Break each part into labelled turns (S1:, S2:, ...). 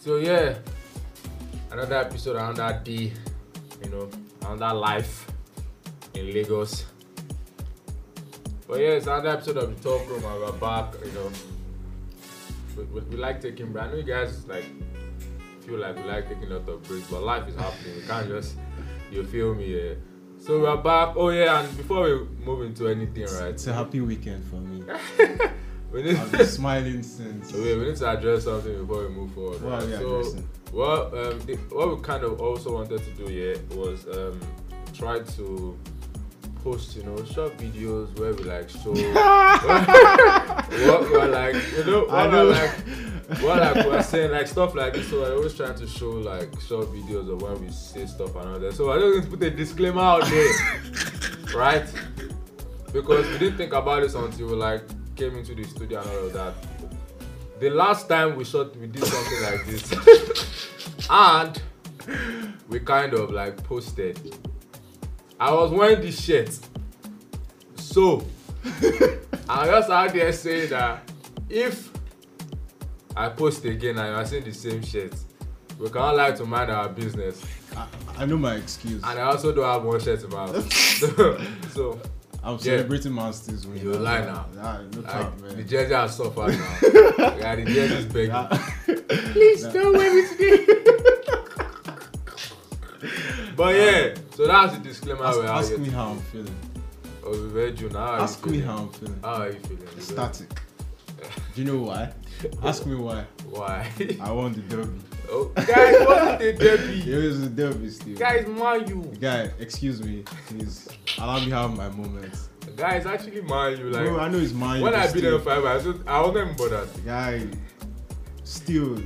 S1: So yeah, another episode, another day, you know, another life in Lagos. But yeah, it's another episode of the Talk Room. and We're back, you know. We, we, we like taking. I know you guys like feel like we like taking a lot of breaks, but life is happening. We can't just. You feel me? Yeah. So we're back. Oh yeah, and before we move into anything, right?
S2: It's a happy weekend for me.
S1: We need,
S2: I've been smiling since.
S1: wait, we need to address something before we move forward.
S2: What are
S1: right?
S2: we
S1: so,
S2: addressing?
S1: what um, the, what we kind of also wanted to do here was um, try to post, you know, short videos where we like show what we're like, you know,
S2: I
S1: what
S2: know.
S1: we're like, what like we're saying, like stuff like this. So I always trying to show like short videos of when we say stuff and all that. So I just need to put a disclaimer out there, right? Because we didn't think about this until we like came into the studio and all of that. The last time we shot, we did something like this, and we kind of like posted. I was wearing this shirt, so I just out there saying that if I post again and you are seeing the same shirt, we cannot lie to mind our business.
S2: I, I know my excuse.
S1: And I also don't have one shirt in my house. so, so
S2: I'm
S1: Yeah.
S2: celebrating Masters win.
S1: You lie now.
S2: Nah, no cap,
S1: like, the
S2: Oh, man.
S1: jersey has suffered now. yeah, the jersey is begging. Please don't wear me today. but yeah, so that's the disclaimer.
S2: ask
S1: we have
S2: ask
S1: here.
S2: me how I'm feeling.
S1: Oh, we read you now. How are you
S2: Ask me
S1: feeling?
S2: how I'm feeling.
S1: How are you feeling?
S2: Static. Do you know why? Ask me why.
S1: Why?
S2: I won the derby.
S1: Oh, guys, what did they be?
S2: It was the derby, Steve.
S1: Guys, man, you.
S2: Guy, excuse me, please. Allow me have my moments.
S1: Guys, actually, man, you. Like,
S2: Bro, I know it's mine.
S1: when I beat
S2: still,
S1: them five, I just, I wasn't even bothered.
S2: guy, still,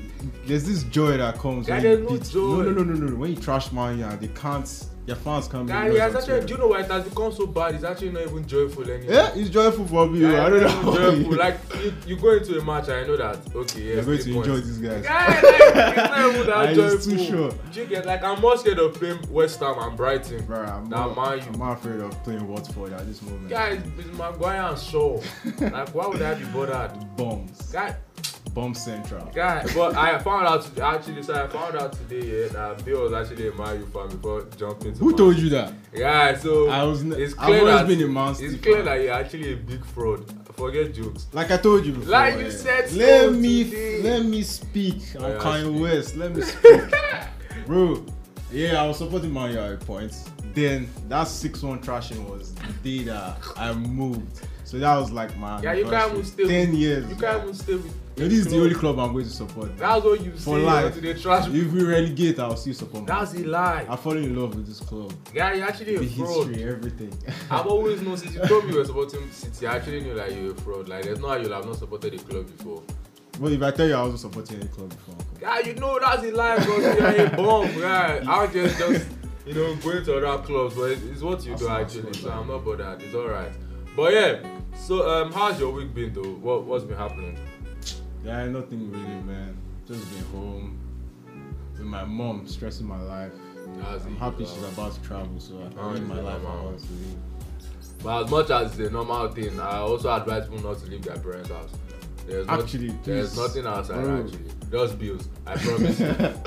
S2: there's this joy that comes.
S1: Guy,
S2: when
S1: there's
S2: you
S1: no
S2: beat,
S1: joy.
S2: No, no, no, no, no. When you trash man, yeah, they can't. Your fans can't. be
S1: Guys,
S2: yours
S1: it's
S2: on
S1: actually,
S2: Twitter.
S1: do you know why it has become so bad? It's actually not even joyful anymore.
S2: Yeah, it's joyful for me. Eh? oh, I don't know.
S1: It's joyful. Like, you, you go into a match, I know that. Okay, yes.
S2: You're going to
S1: three
S2: enjoy
S1: points.
S2: these guys.
S1: Guys, like, it's not even
S2: I
S1: that joyful.
S2: was too sure.
S1: Do you get like I'm more scared of playing West Ham and Brighton.
S2: Bro, I'm,
S1: Nah,
S2: not,
S1: man, you-
S2: I'm not afraid of playing Watford at this moment.
S1: Guys, it's Maguire and Shaw. like, why would I be bothered?
S2: Bombs.
S1: Guys,
S2: Bomb Central.
S1: Guy, but I found out today, actually, so I found out today yeah, that Bill was actually a Man U fan before jumping to.
S2: Who told you that?
S1: Yeah, so
S2: I was. n-
S1: It's
S2: I've
S1: clear
S2: always
S1: that
S2: been a man.
S1: it's
S2: City
S1: clear
S2: fan.
S1: that you're actually a big fraud. Forget jokes.
S2: Like I told you before.
S1: Like you
S2: yeah.
S1: said so
S2: Let me
S1: today.
S2: let me speak. I'm
S1: Yeah,
S2: Kanye
S1: speak.
S2: West. Let me speak. Bro, yeah, I was supporting Man U at points. Then that six one trashing was the day that I moved. So that was like my
S1: Yeah, you can't
S2: anniversary.
S1: even stay.
S2: ten
S1: with,
S2: years.
S1: You
S2: yeah.
S1: can't even stay with.
S2: Yo, this is the only club I'm going to support.
S1: That's what you
S2: For
S1: say
S2: life.
S1: to the trash.
S2: If we relegate, I'll still support. Man.
S1: That's a lie.
S2: I fall in love with this club.
S1: Guy, you're actually
S2: The
S1: a fraud.
S2: history, everything.
S1: I've always known since you told me you were supporting City. I actually knew like you're a fraud. Like there's no how you'll have not supported the club before.
S2: Well, if I tell you I wasn't supporting any club before, uncle.
S1: Yeah, you know that's the life because you're a bum, guy. I'll just just you know going to other clubs, but it's, it's what you
S2: That's
S1: do
S2: not
S1: actually.
S2: true,
S1: So
S2: man.
S1: I'm not bothered. It's all right. But yeah, so um, how's your week been though? What what's been happening?
S2: Yeah, nothing really, man. Just been home with my mom, stressing my life.
S1: That's
S2: I'm
S1: it,
S2: happy
S1: bro.
S2: she's about to travel, so I
S1: Oh,
S2: can live my
S1: yeah,
S2: life
S1: wow.
S2: I want to live.
S1: But as much as it's a normal thing, I also advise people not to leave their parents' house. There's not-
S2: Actually,
S1: there's
S2: please.
S1: nothing outside
S2: Bro.
S1: actually. Just bills. I promise. you.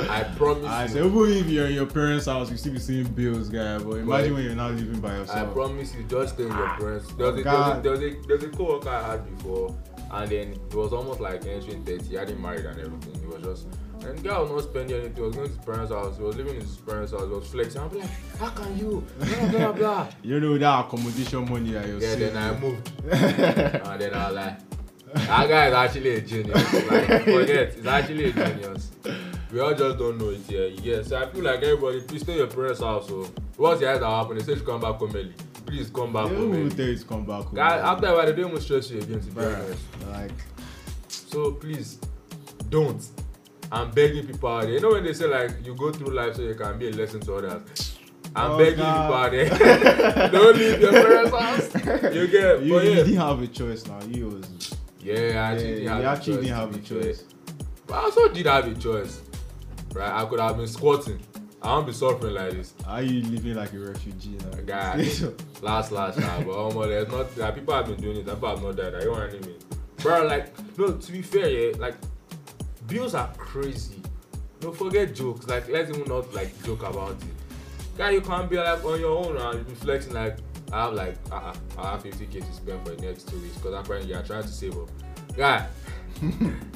S1: I promise.
S2: I
S1: you.
S2: say, even if you're in your parents' house, you still be seeing bills, guy. But imagine when you're not living by
S1: I
S2: yourself.
S1: promise you, just stay with your parents. There was, a, there, was a,
S2: God.
S1: there, was a, there was a co-worker I had before, and then it was almost like entering 30. He hadn't married and everything. He was just, and the guy was not spending anything. He was going to his parents' house. He was living in his parents' house. He was flexing. I'm like, how can you? Blah, blah, blah.
S2: you know that accommodation money that you're
S1: yeah,
S2: saving.
S1: then I moved. and then I was like, that guy is actually a genius. Like, forget, he's actually a genius. We all just don't know it here. Yeah, so I feel like everybody, please stay in your parents' house. oh. So, once it has that happen, they say you come back home early. Please come back
S2: They
S1: home
S2: won't
S1: early.
S2: even tell you to come back home.
S1: Guys, after a while, they don't even stress you again, to be
S2: Bruh,
S1: honest.
S2: like,
S1: So please, don't. I'm begging people out there. You know when they say like you go through life so you can be a lesson to others. I'm
S2: Oh,
S1: begging
S2: God.
S1: people out there. don't leave your parents' house. You get,
S2: you,
S1: but
S2: you
S1: yeah.
S2: didn't have a choice now. You was,
S1: yeah, I actually
S2: yeah,
S1: didn't
S2: you
S1: have
S2: actually
S1: a choice.
S2: didn't
S1: to
S2: have
S1: be
S2: a
S1: fair.
S2: choice.
S1: But I also did have a choice, right? I could have been squatting. I won't be suffering like this.
S2: Are you living like a refugee now?
S1: Guy, last last time, but omo, there's not like, people have been doing it. and People have not died. Are you know what I mean, bro? Like, no. To be fair, yeah, like bills are crazy. no forget jokes like let's even not like joke about it guy you can't be like on your own and be flexing like i have like uh, i have 50k to spend for the next two weeks because apparently you're trying to save up guy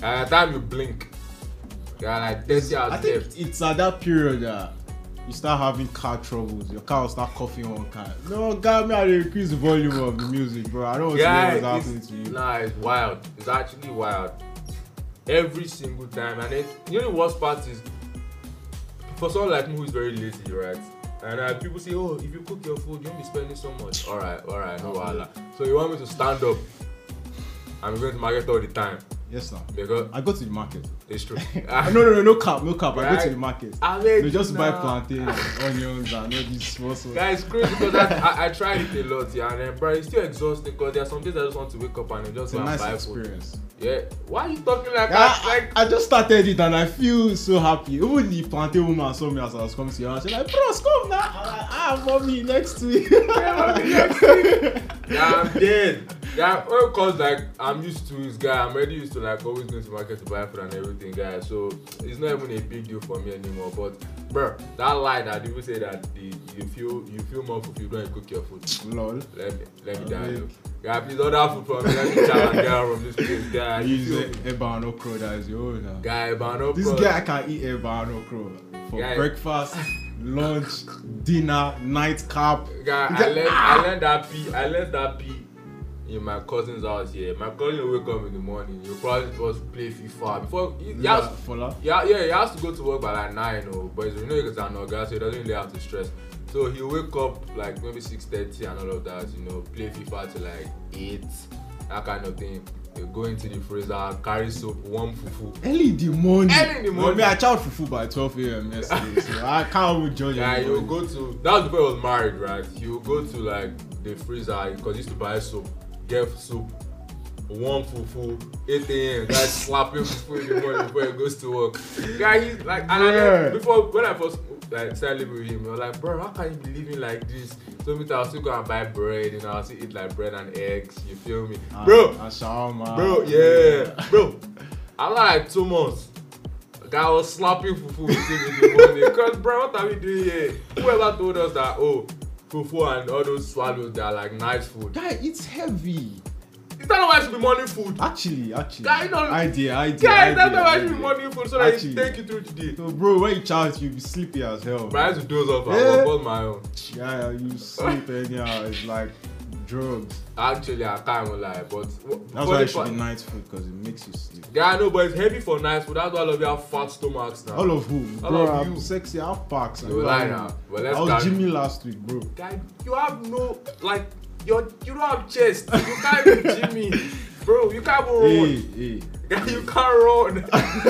S1: by the time you blink you're like 30
S2: I
S1: hours
S2: think
S1: left
S2: it's at that period that you start having car troubles. Your car will start coughing on car. No, God, me, I dey increase the volume of the music, bro. I don't want to know
S1: guy
S2: what's happening
S1: it's,
S2: to you.
S1: nah it's wild it's actually wild every single time and then you know the worst part is for someone like me who is very lazy right and uh, people say oh if you cook your food you won't be spending so much all right all right no wahala so you want me to stand up i'm going to market all the time
S2: Yes, sir.
S1: because
S2: I go to the market.
S1: it's true
S2: no, no, no, no cap, no cap.
S1: Ah.
S2: I go to
S1: Right.
S2: the market.
S1: I
S2: They
S1: mean,
S2: just buy
S1: nah.
S2: plantain, onions, and all these small small.
S1: Guys, it's crazy because I, I, I tried it a lot, yeah, and then, but it's still exhausting because there are some days I just want to wake up and then just
S2: It's
S1: go
S2: a
S1: and
S2: nice
S1: buy
S2: experience. Ah,
S1: food. Yeah, why are you talking like
S2: Yeah,
S1: that?
S2: I,
S1: Like,
S2: I just started it and I feel so happy. Even the plantain woman saw me as I was coming to her. She's like, "Bros, come now!" I'm like, "Ah, mommy, next week."
S1: yeah, I'm dead. Yeah, well, cause like I'm used to this guy. I'm already used to like always going to market to buy food and everything, guy. So it's not even a big deal for me anymore. But, bruh, that lie that people say that the, you feel you feel more fulfilled when you cook your food.
S2: Lol.
S1: Let me let me
S2: I
S1: die.
S2: mean-
S1: though. Yeah, please order food from me. Let me chow and get out from this place, guy.
S2: I
S1: You
S2: use
S1: feel
S2: a
S1: me?
S2: Eba and okro that is your own. now.
S1: Guy, but no
S2: This
S1: problem.
S2: guy can eat Eba and okro for
S1: Guy.
S2: breakfast, lunch, dinner, nightcap.
S1: Guy, I learned,
S2: Ah!
S1: I learned that pee. I learned that pee in my cousin's house here. My cousin will wake up in the morning. You probably just play FIFA before. He, he has,
S2: Fola.
S1: yeah, yeah, he has to go to work by like nine, oh, but he's, you know he's an guy, so he doesn't really have to stress. So he wake up like maybe six thirty and all of that. You know, play FIFA till like eight, that kind of thing. He'll go into the freezer, carry soap, warm fufu.
S2: Early in the morning.
S1: Early in the
S2: Well,
S1: morning.
S2: me, I chow fufu by 12 a.m. yesterday, so I can't even judge
S1: Yeah, he would
S2: anybody.
S1: go to that was before he was married, right? He would go to like the freezer because he used to buy soap, get soup, warm fufu, 8 a.m. Guys slapping fufu in the morning before he goes to work. Guy, he's like, and I
S2: Yeah.
S1: then, before when I first like started living with him, I was like, bro, how can you be living like this? So me, too, I'll still go and buy bread, you know, I'll still eat like bread and eggs. You feel me,
S2: Ah,
S1: bro?
S2: ah, shawarma.
S1: Bro, yeah, bro. After like two months, guy was slapping fufu with him in the morning. Cause bro, what are we doing here? Whoever told us that oh, fufu and all those swallows they are like nice food.
S2: Guy, it's heavy.
S1: Is that not why it should be morning food?
S2: Actually, actually.
S1: Guy, you know-
S2: idea, idea.
S1: Yeah,
S2: idea,
S1: is that not why it
S2: idea.
S1: should be morning food so that
S2: Actually.
S1: it take you through the day?
S2: So, bro, when you charge, you'll be sleepy as hell.
S1: But I had to doze off. I
S2: Yeah.
S1: was on my own.
S2: Yeah, you sleep anyhow. It's like drugs.
S1: Actually, I can't even lie, but
S2: That's why it should be night food because it makes you sleep.
S1: Guy, I know, but it's heavy for nice food. That's why all of you have fat stomachs now.
S2: All of whom,
S1: All
S2: bro,
S1: of
S2: I'm
S1: you.
S2: sexy. I have packs.
S1: You lie now. But let's
S2: I was
S1: carry-
S2: Jimmy last week, bro.
S1: guy, you have no like your you don't have chest. You can't be Jimmy, bro. You can't
S2: Hey,
S1: even
S2: hey.
S1: run. Guy, you can't run.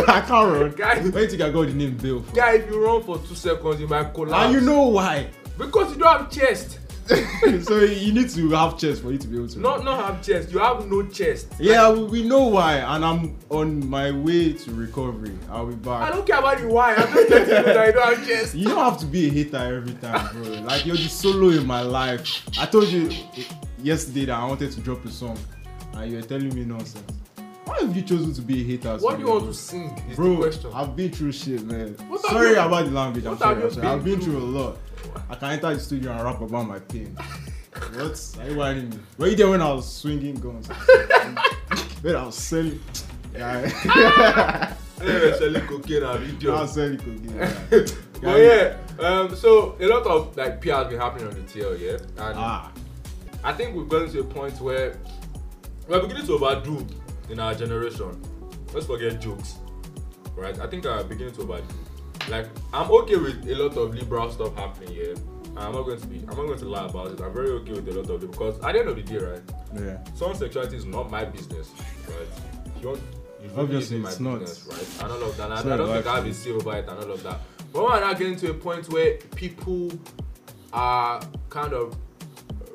S2: I can't run.
S1: Guy-
S2: Where you think I got the name Bill from?
S1: guy, if you run for two seconds, you might collapse.
S2: And you know why.
S1: because you don't have chest.
S2: so you need to have chest for you to be able to.
S1: Not
S2: run.
S1: not have chest. You have no chest.
S2: Yeah, we we know why, and I'm on my way to recovery. I'll be
S1: I
S2: back.
S1: don't care about you. Why? I'm just letting you know that you don't have chest.
S2: You don't have to be a hater every time, bro. Like you're the solo in my life. I told you eh, yesterday that I wanted to drop a song, and you're telling me nonsense. Why have you chosen to be a hater?
S1: What do you
S2: today,
S1: want
S2: bro?
S1: to sing? Is the
S2: Bro,
S1: question.
S2: I've been through shit, man.
S1: What have
S2: sorry
S1: you-
S2: about the language. I'm
S1: what
S2: sorry.
S1: have you
S2: I'm sorry. I've been
S1: been
S2: through a lot. I can enter the studio and rap about my pain. what? Are you whining me? Were you there when I was swinging guns? when I was selling? Yeah.
S1: Anyway, selling cocaine and
S2: I
S1: video.
S2: was selling cocaine. yeah.
S1: but yeah, um, so a lot of like PR has been happening on the TL, yeah, and.
S2: Ah,
S1: I think we've gotten to a point where we're beginning to overdo in our generation. Let's forget jokes, right? I think I'm beginning to overdo. Like I'm okay with a lot of liberal stuff happening here. I'm not going to be. I'm not going to lie about it. I'm very okay with a lot of it because at the end of the day, right?
S2: yeah.
S1: Some sexuality is not my business, right? You don't, you really
S2: Obviously,
S1: isn't my
S2: it's not.
S1: business, right? And all of that. And
S2: It's
S1: I
S2: not
S1: don't think I
S2: life,
S1: have a say over it and all of that. But we're now getting to a point where people are kind of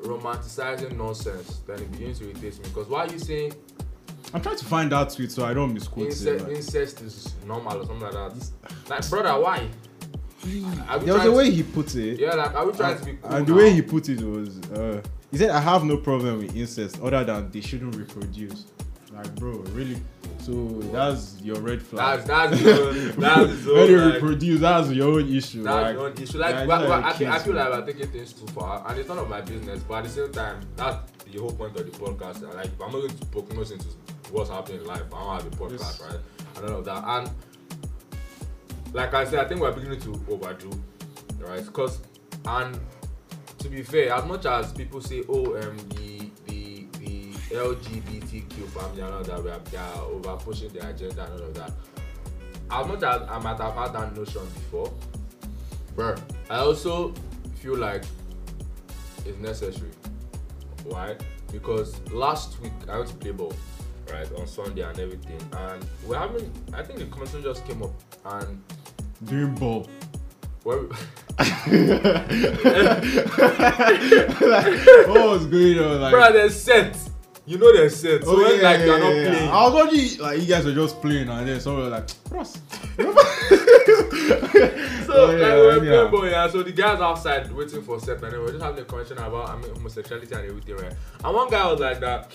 S1: romanticizing nonsense. Then it begins to irritate me because why are you saying
S2: I'm trying to find that tweet so I don't misquote it.
S1: incest,
S2: man.
S1: incest is normal or something like that? Like, brother, why? Are we
S2: There was
S1: trying
S2: a
S1: to-
S2: way he put it.
S1: Yeah, like, are we trying to be cool?
S2: and the
S1: now?
S2: way he put it was, uh, he said, "I have no problem with incest, other than they shouldn't reproduce." Like, Like, bro, really? So that's your red flag.
S1: That's that's the that's the
S2: when you
S1: zone, like,
S2: reproduce, that's your own issue.
S1: That's
S2: like,
S1: one issue. Like,
S2: yeah,
S1: wha-
S2: it's
S1: wha-
S2: like
S1: I, think, I
S2: kids,
S1: feel like
S2: man.
S1: we're taking things too far, and it's none of my business. But at the same time, that's the whole point of the podcast. Like, I'm not going to poke nose into what's happening in life. I don't have a podcast,
S2: Yes.
S1: right? And all of that. And like I said, I think we're beginning to overdo, right? Because, and to be fair, as much as people say, oh, um, the the the LGBTQ family and all that, we are, they are over pushing the agenda and all of that. As much as I might have had that notion before, bruh, I also feel like it's necessary. Why? Because last week I went to play ball, right, on Sunday and everything, and we're having. I think the conversation just came up, and
S2: Doing ball.
S1: where we,
S2: What was going on? Like,
S1: bruh, there's set. You know there's set. So
S2: oh,
S1: when
S2: yeah,
S1: like you're
S2: yeah,
S1: not
S2: yeah, yeah.
S1: playing,
S2: I was watching, like, you guys were just playing, and then someone was like, Ross.
S1: So
S2: Oh,
S1: like
S2: yeah,
S1: we were
S2: yeah.
S1: playing ball, yeah. So the guys outside waiting for set, and then we were just having a conversation about I mean, homosexuality and everything, right? And one guy was like that.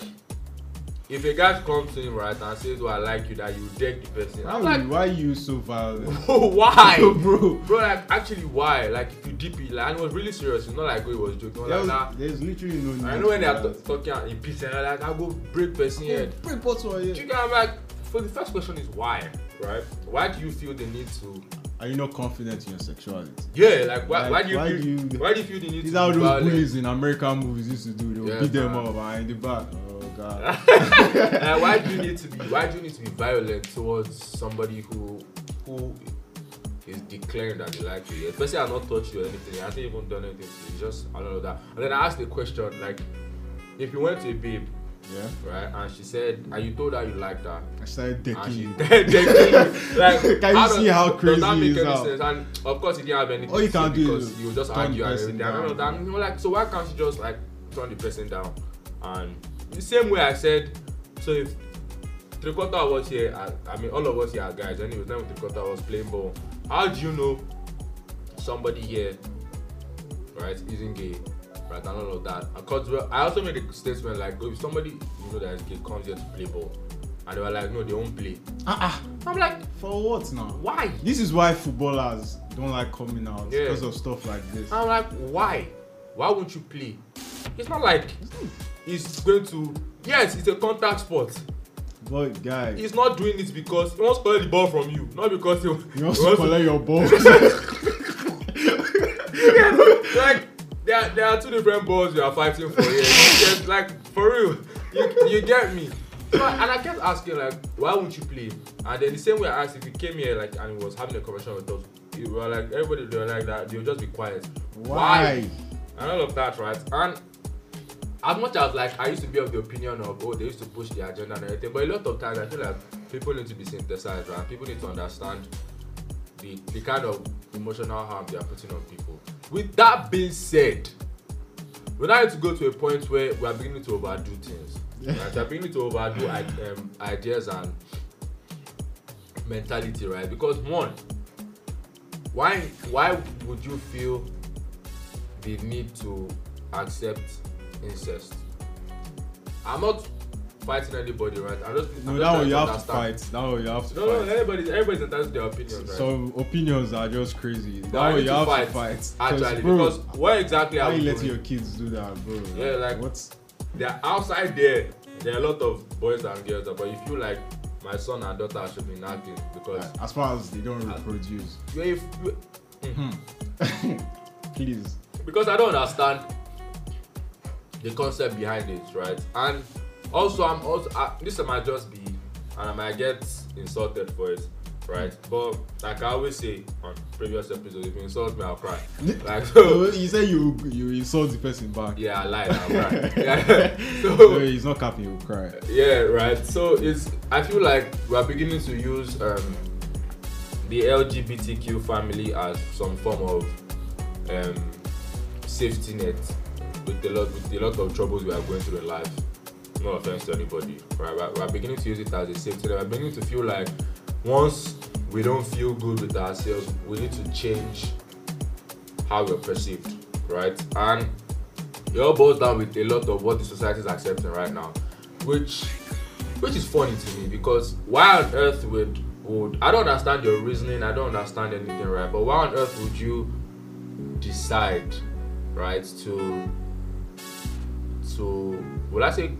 S1: If a guy comes to him right and says, "Oh, I like you," that you deck the person.
S2: Why,
S1: I'm like,
S2: you- why you so violent?
S1: why,
S2: bro.
S1: bro? Like, actually, why? Like, if you deep it, like, and it was really serious. It's not like oh, he was joking. I was
S2: There
S1: like,
S2: was-
S1: nah.
S2: There's literally no need.
S1: I know when they
S2: for
S1: are
S2: that.
S1: t- talking and in peace, and they're like, I go break person head.
S2: Break bottle on
S1: Do you
S2: here.
S1: get? I'm like, for the first question is why, right? Why do you feel the need to?
S2: Are you not confident in your sexuality?
S1: Yeah, like why?
S2: Like,
S1: why do you?
S2: why
S1: feel,
S2: do you-
S1: why do you feel the need
S2: These
S1: to?
S2: are
S1: be
S2: those
S1: violent?
S2: bullies in American movies used to do. They'll
S1: Yeah,
S2: beat them
S1: man.
S2: up and in the back. Oh god.
S1: like, why do you need to be why do you need to be violent towards somebody who who is declaring that they like you? Especially I've not touched you or anything, I hasn't even done anything to you, just all of that. And then I asked the question like if you went to a babe,
S2: yeah.
S1: right, and she said and you told her you liked her
S2: I started decking
S1: and Ah, she
S2: you.
S1: dead you like
S2: Can you see
S1: does-
S2: how crazy
S1: does that make
S2: is
S1: any
S2: out?
S1: sense? And of course he didn't have anything
S2: All Oh, you
S1: to say
S2: can do is
S1: because you just
S2: turn
S1: argue
S2: the
S1: and everything.
S2: person
S1: I don't know
S2: down.
S1: that and you know, like so why can't you just like turn the person down? And the same way I said so if three quarter of us here are, I mean all of us here are guys anyways then three quarter of us playing ball. How do you know somebody here right isn't gay? Right and all of that. Because well, I also made a statement like oh, if somebody you know that is gay comes here to play ball and they were like no they won't play.
S2: Ah
S1: I'm like,
S2: ah. For what now?
S1: why?
S2: This is why footballers don't like coming out
S1: Yeah. Ah.
S2: because of stuff like this.
S1: I'm like, why? Why won't you play? It's not like he's going to. Yes, it's a contact sport.
S2: But guys,
S1: He's not doing it because he wants to collect the ball from you, not because he, he
S2: you also collect your balls.
S1: to. Like, there, are- there are two different balls you are fighting for here. Yes, like, for real. You, you get me? So, and I kept asking, like, why won't you play? And then the same way I asked if he came here, like, and he was having a conversation with us, we were like, everybody, they were like that, they'll just be quiet.
S2: why?
S1: and all of that, right? And as much as like I used to be of the opinion of oh they used to push the agenda and everything, but a lot of times I feel like people need to be synthesized, right? People need to understand the the kind of emotional harm they are putting on people. With that being said, we now need to go to a point where we are beginning to overdo things. Right? we are beginning to overdo i- um, ideas and mentality, right? Because one, why why would you feel the need to accept incest. I'm not fighting anybody, right? I'm just
S2: No,
S1: I'm just trying
S2: that one you have to
S1: understand.
S2: fight. That one you have to
S1: No, no,
S2: fight.
S1: everybody's everybody's entitled to their opinion, right?
S2: Some opinions are just crazy. That
S1: But I
S2: one
S1: need
S2: you
S1: to
S2: have
S1: fight,
S2: to fight.
S1: actually,
S2: bro,
S1: because what exactly
S2: why
S1: are
S2: you
S1: we
S2: letting
S1: doing?
S2: your kids do that, bro?
S1: Yeah, like-
S2: what's
S1: They're outside there. There are a lot of boys and girls, but if you like, my son and daughter should be nagging because Uh,
S2: as far as they don't reproduce.
S1: you're a f-
S2: Please.
S1: because I don't understand the concept behind it, right? And also, I'm also I, this might just be, and I might get insulted for it, right? But like I always say on previous episodes, if you insult me, I'll cry. Like so,
S2: So you say you you insult the person back.
S1: yeah, I lied, I'll cry. Yeah.
S2: No,
S1: so
S2: he's not happy, he'll cry.
S1: yeah, right. So it's I feel like we're beginning to use um, the LGBTQ family as some form of um, safety net with a lot with a lot of troubles we are going through in life. No offense to anybody, right? We're, we're beginning to use it as a safety net. We're beginning to feel like once we don't feel good with ourselves, we need to change how we're perceived, right? And it all boils down with a lot of what the society is accepting right now, which which is funny to me because why on earth would would I don't understand your reasoning, I don't understand anything, right? But why on earth would you decide, right, to to will I say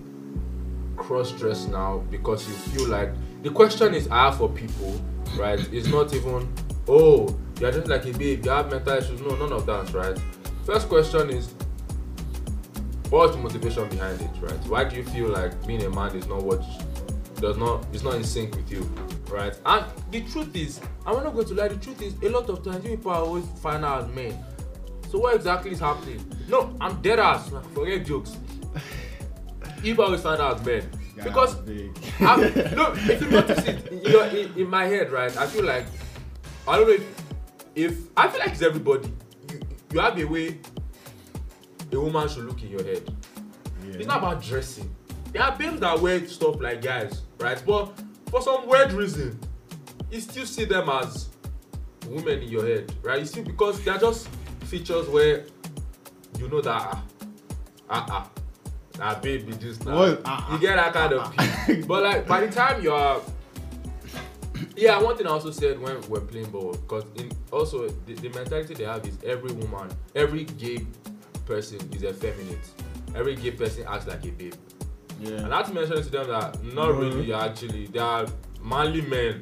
S1: cross dress now because you feel like the question is I have for people, right? It's not even oh you're just like a babe, you have mental issues. No, none of that, right? First question is what's the motivation behind it, right? Why do you feel like being a man is not what does not is not in sync with you, right? And the truth is, I'm not going to lie. The truth is, a lot of times you people are always find out men. So what exactly is happening? No, I'm dead ass. Like, forget jokes. You people always find out men
S2: Guy,
S1: because
S2: I'm big.
S1: I'm, no, if you notice it in, your, in, in my head, right? I feel like I don't know if, if I feel like it's everybody. You, you have a way a woman should look in your head.
S2: Yeah.
S1: It's not about dressing. There are babes that wear stuff like guys, right? But for some weird reason, you still see them as women in your head, right? You see, because they're just features where you know that ah ah ah, ah baby this now.
S2: What? Ah,
S1: you
S2: ah,
S1: get that kind of pee. But like by the time you are yeah, one thing I also said when we're playing ball, because in also the, the mentality they have is every woman, every gay person is effeminate. Every gay person acts like a babe. And
S2: Yeah.
S1: I had to mention to them that not
S2: Mhm.
S1: really you're actually they are manly men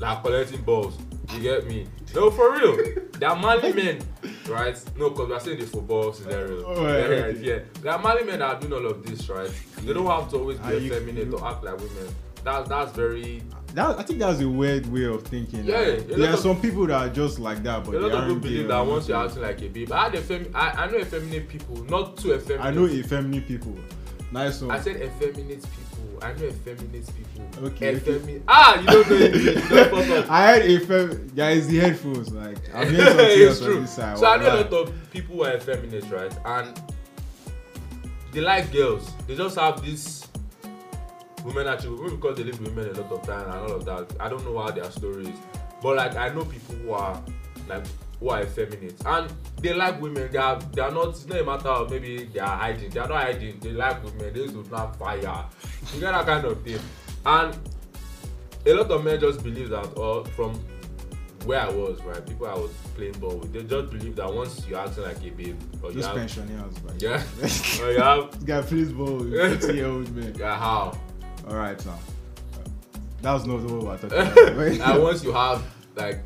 S1: like collecting balls. You get me? No, for real. They are manly men, right? No, because we're saying the football scenario.
S2: Oh, yeah,
S1: yeah,
S2: okay.
S1: yeah. They are manly men that are doing all of this, right? They don't have to always
S2: Are
S1: be
S2: you-
S1: effeminate
S2: you-
S1: or act like women. That, that's very
S2: That, I think that's a weird way of thinking.
S1: Yeah,
S2: Like,
S1: a lot
S2: there are
S1: of-
S2: some people that are just like that, but
S1: a lot of
S2: they
S1: people
S2: aren't gay
S1: believe
S2: or
S1: that once
S2: anything.
S1: you're acting like a babe. I had effem- I, I know effeminate people, not too effeminate.
S2: I know effeminate people. Nice one.
S1: I said effeminate people. I know effeminate people.
S2: Okay, okay.
S1: Effemi- Ah, you don't know English. You don't fuck up.
S2: I had a fem. Yeah, it's the headphones. Like I'm hearing something
S1: it's
S2: else on
S1: true.
S2: this side.
S1: So I know a
S2: Like,
S1: lot of people who are effeminate, right? And they like girls. They just have this women attribute. Maybe because they live with women a lot of time and all of that. I don't know how their story is, but like I know people who are like who are effeminate and they like women. They are they are not. It's not a matter of maybe they are hiding. They are not hiding. They like women. They do not fire. You get that kind of thing. And a lot of men just believe that or from where I was, right? People I was playing ball with, they just believe that once you're acting like a babe, or you
S2: Those
S1: have,
S2: pensioners, like
S1: yeah, or you have,
S2: This guy plays ball with 50 year old man.
S1: yeah, how?
S2: All right, now. That was not what we were talking
S1: and
S2: about.
S1: once you have, like,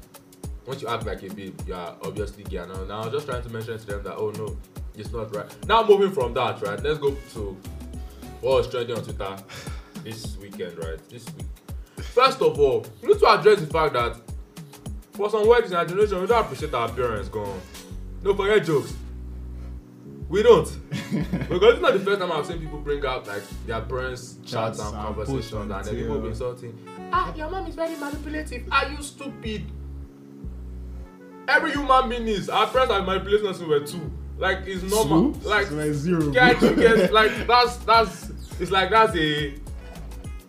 S1: once you act like a babe, you are obviously gay. Now, now, I was just trying to mention to them that, oh no, it's not right. Now, moving from that, right? Let's go to what was trending on Twitter this weekend, right? This week. First of all, we need to address the fact that for some weddings in our generation, we don't appreciate our parents gone. No forget jokes. We don't. because it's not the first time I've seen people bring up like their parents' chats
S2: Chats
S1: and
S2: and
S1: conversations
S2: posts on
S1: and then people
S2: tail.
S1: be insulting. Ah, your mom is very manipulative. Are you stupid? Every human being is. Our parents are manipulating us when we were two. Like it's normal.
S2: Swoop?
S1: Like
S2: So we're zero.
S1: get you get like that's that's it's like that's a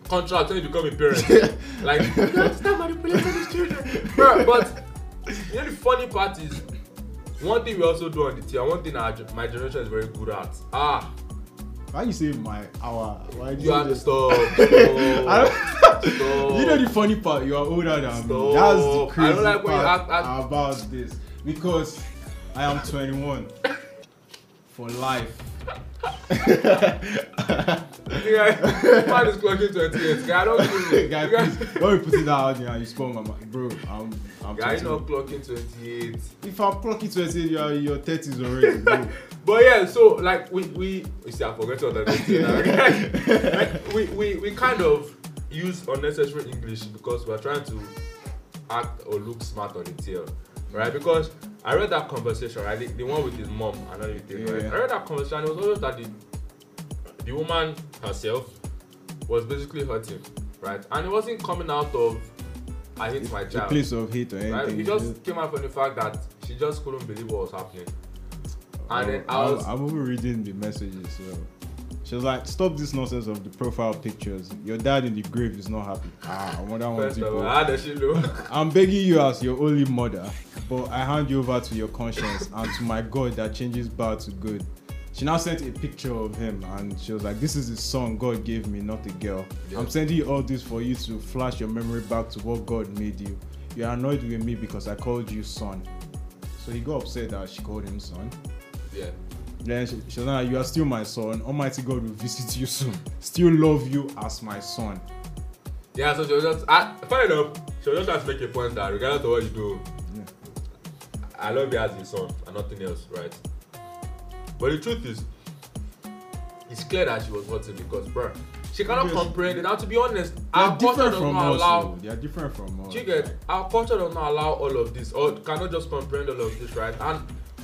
S1: contract when you become a parent. like you have to start manipulating these children. Bruh, but you know the funny part is one thing we also do on the team, one thing our, ge- my generation is very good at. Ah,
S2: Why you say my hour? Why do
S1: you have to
S2: just-
S1: stop.
S2: I
S1: stop,
S2: don't-
S1: stop.
S2: You know the funny part, you are older than me.
S1: Stop.
S2: That's the
S1: I
S2: crazy
S1: don't like when you
S2: part
S1: act- act-
S2: about this because I am 21 for life.
S1: Yeah, man is clocking 28. Guy, I don't give a-
S2: Guy,
S1: You guys-
S2: please, when you put it out there, and you spoil my mind, bro. I'm, I'm
S1: Guy, you
S2: 21.
S1: not clocking 28.
S2: If I'm clocking 20, you are in your 30s already, bro.
S1: But yeah, so like we we you see, I forgot what I was saying now. like, we, we we kind of use unnecessary English because we're trying to act or look smart on the tail, right? Because I read that conversation, right? The, the one with his mom and everything, right?
S2: Yeah.
S1: I read that conversation. and It was always that the the woman herself was basically hurting, right? And it wasn't coming out of I hate my
S2: It's a
S1: child.
S2: place of hate or
S1: Right?
S2: anything.
S1: It just came out from the fact that she just couldn't believe what was happening. And then I
S2: I'm-
S1: was
S2: I'm over reading the messages. So. She was like, "Stop this nonsense of the profile pictures. Your dad in the grave is not happy." Ah, I wonder what
S1: First of all,
S2: people.
S1: how does she look?
S2: I'm begging you as your only mother, but I hand you over to your conscience and to my God that changes bad to good. She now sent a picture of him and she was like, This is the song God gave me, not the girl.
S1: Yeah.
S2: I'm sending you all this for you to flash your memory back to what God made you. You're annoyed with me because I called you son. So he got upset that she called him son.
S1: Yeah.
S2: Then she, she was like, You are still my son. Almighty God will visit you soon. Still love you as my son.
S1: Yeah, so she was just, I, funny enough, she was just trying to make a point that regardless of what you do,
S2: Yeah.
S1: I love you as your son and nothing else, right? But the truth is, it's clear that she was hurting because, bruh, she cannot
S2: Because-
S1: comprehend it. And to be honest,
S2: They
S1: our
S2: are
S1: culture
S2: different
S1: does
S2: from
S1: not
S2: us.
S1: allow.
S2: though. They are different from us.
S1: Do you get? Our culture does not allow all of this, or cannot just comprehend all of this, right? And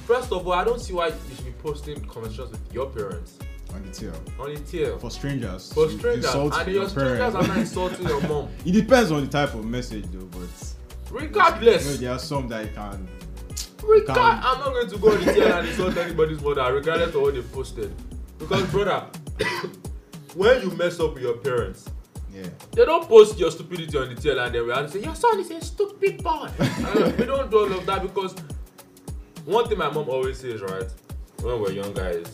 S1: first of all, I don't see why you should be posting conversations with your parents
S2: on the tail.
S1: on the tail
S2: For strangers.
S1: for
S2: you
S1: strangers,
S2: insult
S1: and your strangers are
S2: parent.
S1: not insulting your mom.
S2: It depends on the type of message though, but you know,
S1: Regardless,
S2: there are some that you can
S1: Regard-
S2: Calm.
S1: I'm not going to go on the tail and insult anybody's mother, regardless of what they posted. Because, brother, when you mess up with your parents,
S2: yeah.
S1: they don't post your stupidity on the tail and then we and say, Your son is a stupid boy. And we don't do all of that because one thing my mom always says, right, when we're young guys,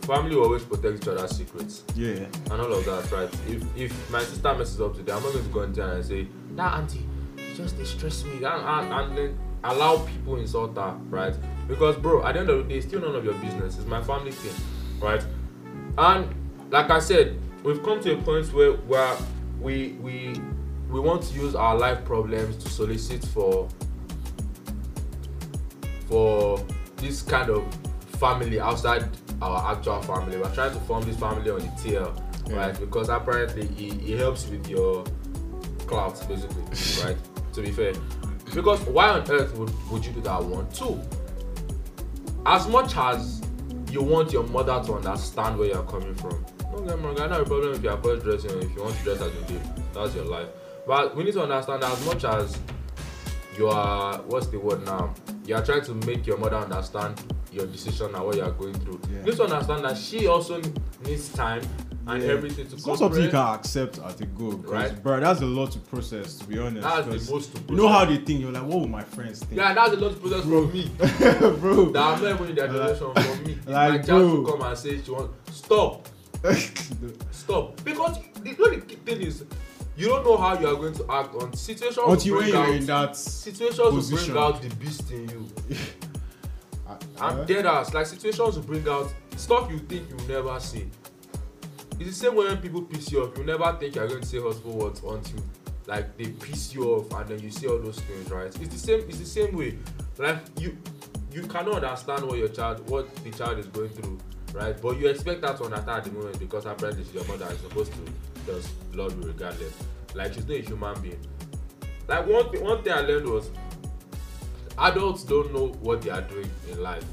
S1: family will always protect each other's secrets
S2: Yeah.
S1: and all of that, right? If if my sister messes up today, I'm not going to go and tell her and say, nah, auntie, you just distress me, and, and, and then allow people insult her, right? Because bro, at the end of the day, it's still none of your business. It's my family thing, right? And like I said, we've come to a point where where we we we want to use our life problems to solicit for for this kind of family outside our actual family. We're trying to form this family on the tail,
S2: Yeah.
S1: right? Because apparently it, it helps with your clout, basically, right? To be fair. Because why on earth would, would you do that one? Two, as much as you want your mother to understand where you're coming from, don't get me wrong, I know a problem if you're cross dressing or if you want to dress as you did, that's your life. But we need to understand as much as you are what's the word now you are trying to make your mother understand your decision and what you are going through
S2: Yeah.
S1: you need to understand that she also needs time and
S2: yeah.
S1: everything to
S2: It's not something you
S1: comprehend.
S2: can accept at a go,
S1: Right.
S2: right? Bro, that's a lot to process to be honest.
S1: That's the
S2: 'cause
S1: most to
S2: You know how
S1: process.
S2: they think, you're like, what will my friends think?
S1: yeah that's a lot of process for me
S2: bro.
S1: that i'm not even in their
S2: Like-
S1: generation for me my child
S2: like,
S1: to
S2: bro.
S1: come and say she want stop stop because the only thing is you don't know how you are going to act on situation will
S2: Until when
S1: bring
S2: you're
S1: out-
S2: in that
S1: situations will
S2: position.
S1: bring out the beast in you
S2: Uh,
S1: I'm
S2: uh,
S1: dead ass. Like situations will bring out stuff you think you'll never say. It's the same way when people piss you off. You never think you're going to say hurtful words until like they piss you off and then you say all those things, right? It's the same. It's the same way. Like you, you cannot understand what your child, what the child is going through, right? But you expect that to understand at the moment because apparently she's your mother is supposed to just love you regardless. Like she's not a human being. Like one thing, one thing I learned was adults don't know what they are doing in life.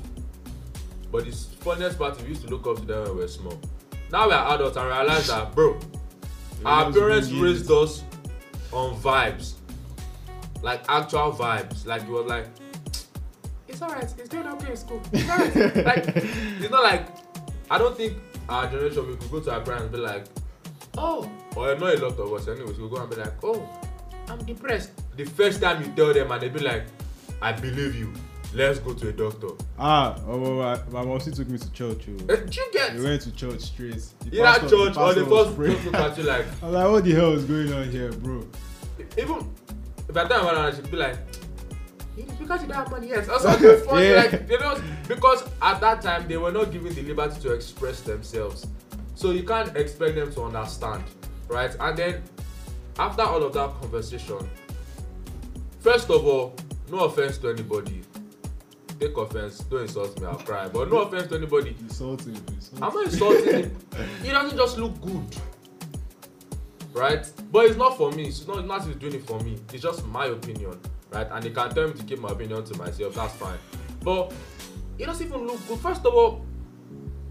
S1: But the funniest part is we used to look up to them when we were small. Now we are adults and realize that, bro, our
S2: Everyone's been
S1: parents
S2: giving
S1: raised
S2: it.
S1: us on vibes, like actual vibes. Like you were like, it's alright, it's doing okay in school. It's alright. like it's not like I don't think our generation we could go to our parents and be like, oh, or not a lot of us anyways. We go and be like, oh, I'm depressed. The first time you tell them and they be like, I believe you. Let's go to a doctor.
S2: Ah, oh, oh, my, my mom still took me to church.
S1: Eh,
S2: Oh.
S1: Do you get?
S2: We went to church straight. The
S1: in that
S2: pastor-
S1: church or
S2: pastor
S1: the
S2: was
S1: first
S2: praying.
S1: person look at you like
S2: I was like, what the hell is going on here, bro?
S1: even if I tell my mother she'd be like "It's because you don't have money yes or something funny
S2: Yeah.
S1: like they don't because at that time they were not given the liberty to express themselves so you can't expect them to understand right and then after all of that conversation first of all no offense to anybody take offense don't insult me i'll cry but no offense to anybody
S2: Insulting, insulting.
S1: I'm not insulting him. He doesn't just look good. Right? But it's not for me. It's not, not he's doing it for me. It's just my opinion. Right? And he can tell me to keep my opinion to myself. That's fine. But he doesn't even look good. First of all,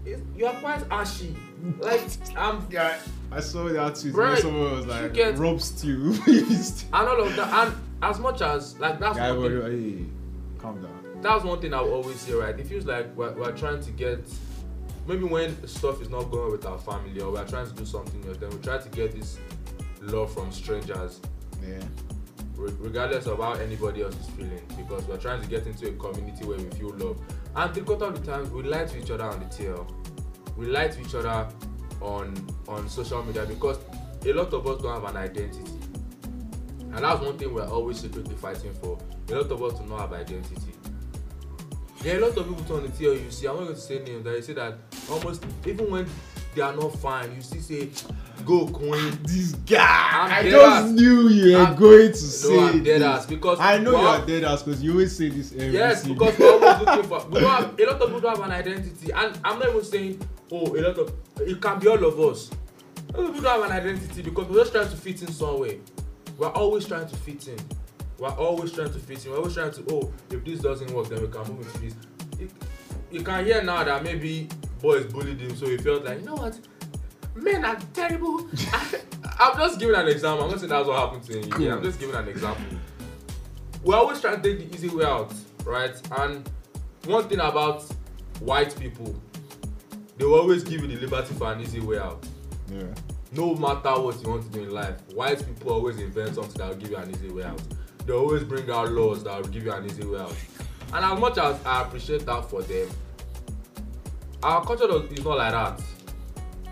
S1: it- you are quite ashy. Like, I'm.
S2: Yeah, I saw that tweet
S1: Right.
S2: where someone was like,
S1: get-
S2: "Rob Stew."
S1: And all of that. And as much as, like, that's
S2: Guy,
S1: one thing-
S2: well, hey, calm down.
S1: that's one thing I will always say, right? It feels like we're, we're trying to get maybe when stuff is not going with our family or we're trying to do something else, then we try to get this love from strangers,
S2: Yeah,
S1: re- regardless of how anybody else is feeling, because we're trying to get into a community where we feel love. And three quarter of the time, we lie to each other on the tail. we lie to each other on on social media because a lot of us don't have an identity and that's one thing we're always secretly fighting for a lot of us do not have identity there are a lot of people too on the TLUC i'm not going to say names that you see that almost even when they are not fine you still say go queen
S2: This guy.
S1: I'm
S2: i
S1: dead
S2: just
S1: ass.
S2: knew you were
S1: I'm-
S2: going to say
S1: no i'm dead
S2: this.
S1: ass because
S2: I know
S1: well,
S2: you're dead ass because you always say this every
S1: yes
S2: single-
S1: because we're always looking for we don't have a lot of people don't have an identity and i'm not even saying oh a lot of it can be all of us a lot of people don't have an identity because we're just trying to fit in somewhere we're always trying to fit in we're always trying to fit in we're always trying to oh if this doesn't work then we can move into this you, you can hear now that maybe boys bullied him so he felt like you know what men are terrible I, i'm just giving an example i'm not saying that's what happened to him yeah, i'm just giving an example we always try to take the easy way out, right? And one thing about white people, they will always give you the liberty for an easy way out.
S2: yeah.
S1: No matter what you want to do in life, white people always invent something that will give you an easy way out. They always bring out laws that will give you an easy way out. And as much as I appreciate that for them, our culture does- is not like that.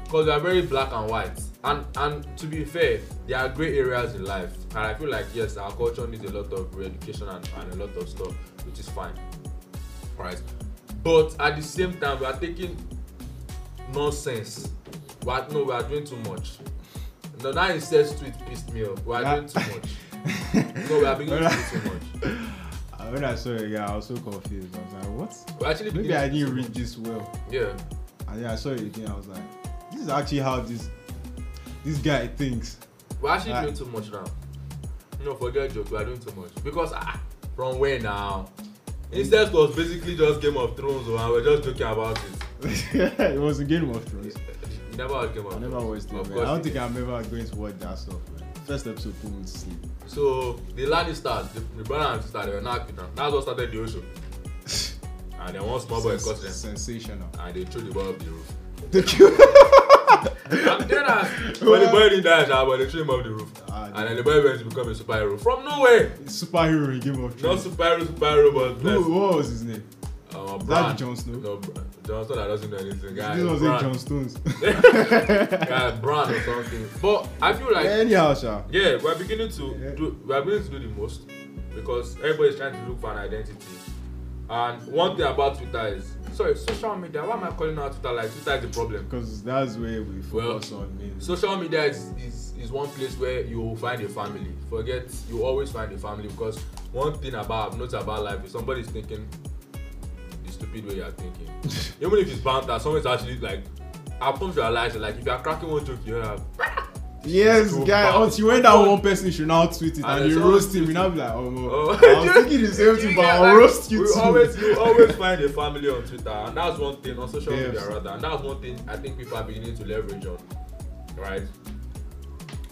S1: Because we are very black and white. And and to be fair, there are grey areas in life. And I feel like yes, our culture needs a lot of re-education and, and a lot of stuff, which is fine. Right. But at the same time, we are taking nonsense. We are, no, we are doing too much. No, that incest tweet pissed me off. We are
S2: Yeah.
S1: doing too much. no, we are beginning to do too much.
S2: Uh, When I saw it, yeah, I was so confused. I was like, what?
S1: We're actually
S2: Maybe
S1: beginning
S2: I
S1: to
S2: didn't
S1: do
S2: read
S1: too
S2: this well.
S1: much. Yeah.
S2: And then I saw it again. I was like, this is actually how this this guy thinks.
S1: We're actually
S2: Ah.
S1: doing too much now. No, forget joke. We're doing too much because ah, from where now?
S2: Mm.
S1: Incest was basically just Game of Thrones, oh, and we're just joking about it.
S2: it was a Game of Thrones.
S1: You never watched Game of
S2: I
S1: Thrones.
S2: never watched
S1: Of
S2: it. man.
S1: course
S2: I
S1: you
S2: don't think
S1: did.
S2: I'm ever going to watch that stuff. Man. First episode put me to sleep.
S1: So the Lannisters, the, the brother and sister, they were not now. That's what started the issue. And then one small boy
S2: Sens-
S1: caught them,
S2: sensational.
S1: and they threw the boy up the roof.
S2: Thank you.
S1: I'm dead ass. But the boy didn't die, sha, but they threw him up the roof.
S2: Ah,
S1: And then the boy went to become a superhero from nowhere.
S2: Superhero in Game of
S1: Not
S2: Thrones.
S1: superhero, superhero, but
S2: Who,
S1: like,
S2: what was his name?
S1: uh,
S2: that
S1: Bran.
S2: Jon Snow?
S1: No, Bran. Jon Snow that doesn't know anything. Guy,
S2: this was
S1: Bran.
S2: it, John Stones.
S1: yeah, brand or something. But I feel like yeah,
S2: Anyhow, sha.
S1: we're beginning to
S2: Yeah.
S1: do we're beginning to do the most because everybody's trying to look for an identity. And one thing about Twitter is sorry, social media. Why am I calling out Twitter like Twitter is the problem?
S2: Because that's where we
S1: Well,
S2: focus on me.
S1: Social media is, is, is one place where you will find a family. Forget you always find a family because one thing about I've noticed about life is somebody's thinking the stupid way you're thinking. Even if it's banter, someone's actually like I've come to realize that, like if you're cracking one joke, you have
S2: Yes,
S1: So
S2: guy.
S1: bad.
S2: Until when that one person should now tweet it
S1: And
S2: and they
S1: then someone
S2: roast him,
S1: tweets
S2: you
S1: it.
S2: now be like, oh no.
S1: Oh.
S2: I was thinking the same thing, but
S1: Yeah,
S2: I'll
S1: like,
S2: roast you
S1: we
S2: too.
S1: always we always find a family on Twitter, and that's one thing on social
S2: Yes.
S1: media rather, and that's one thing I think people are beginning to leverage on, right?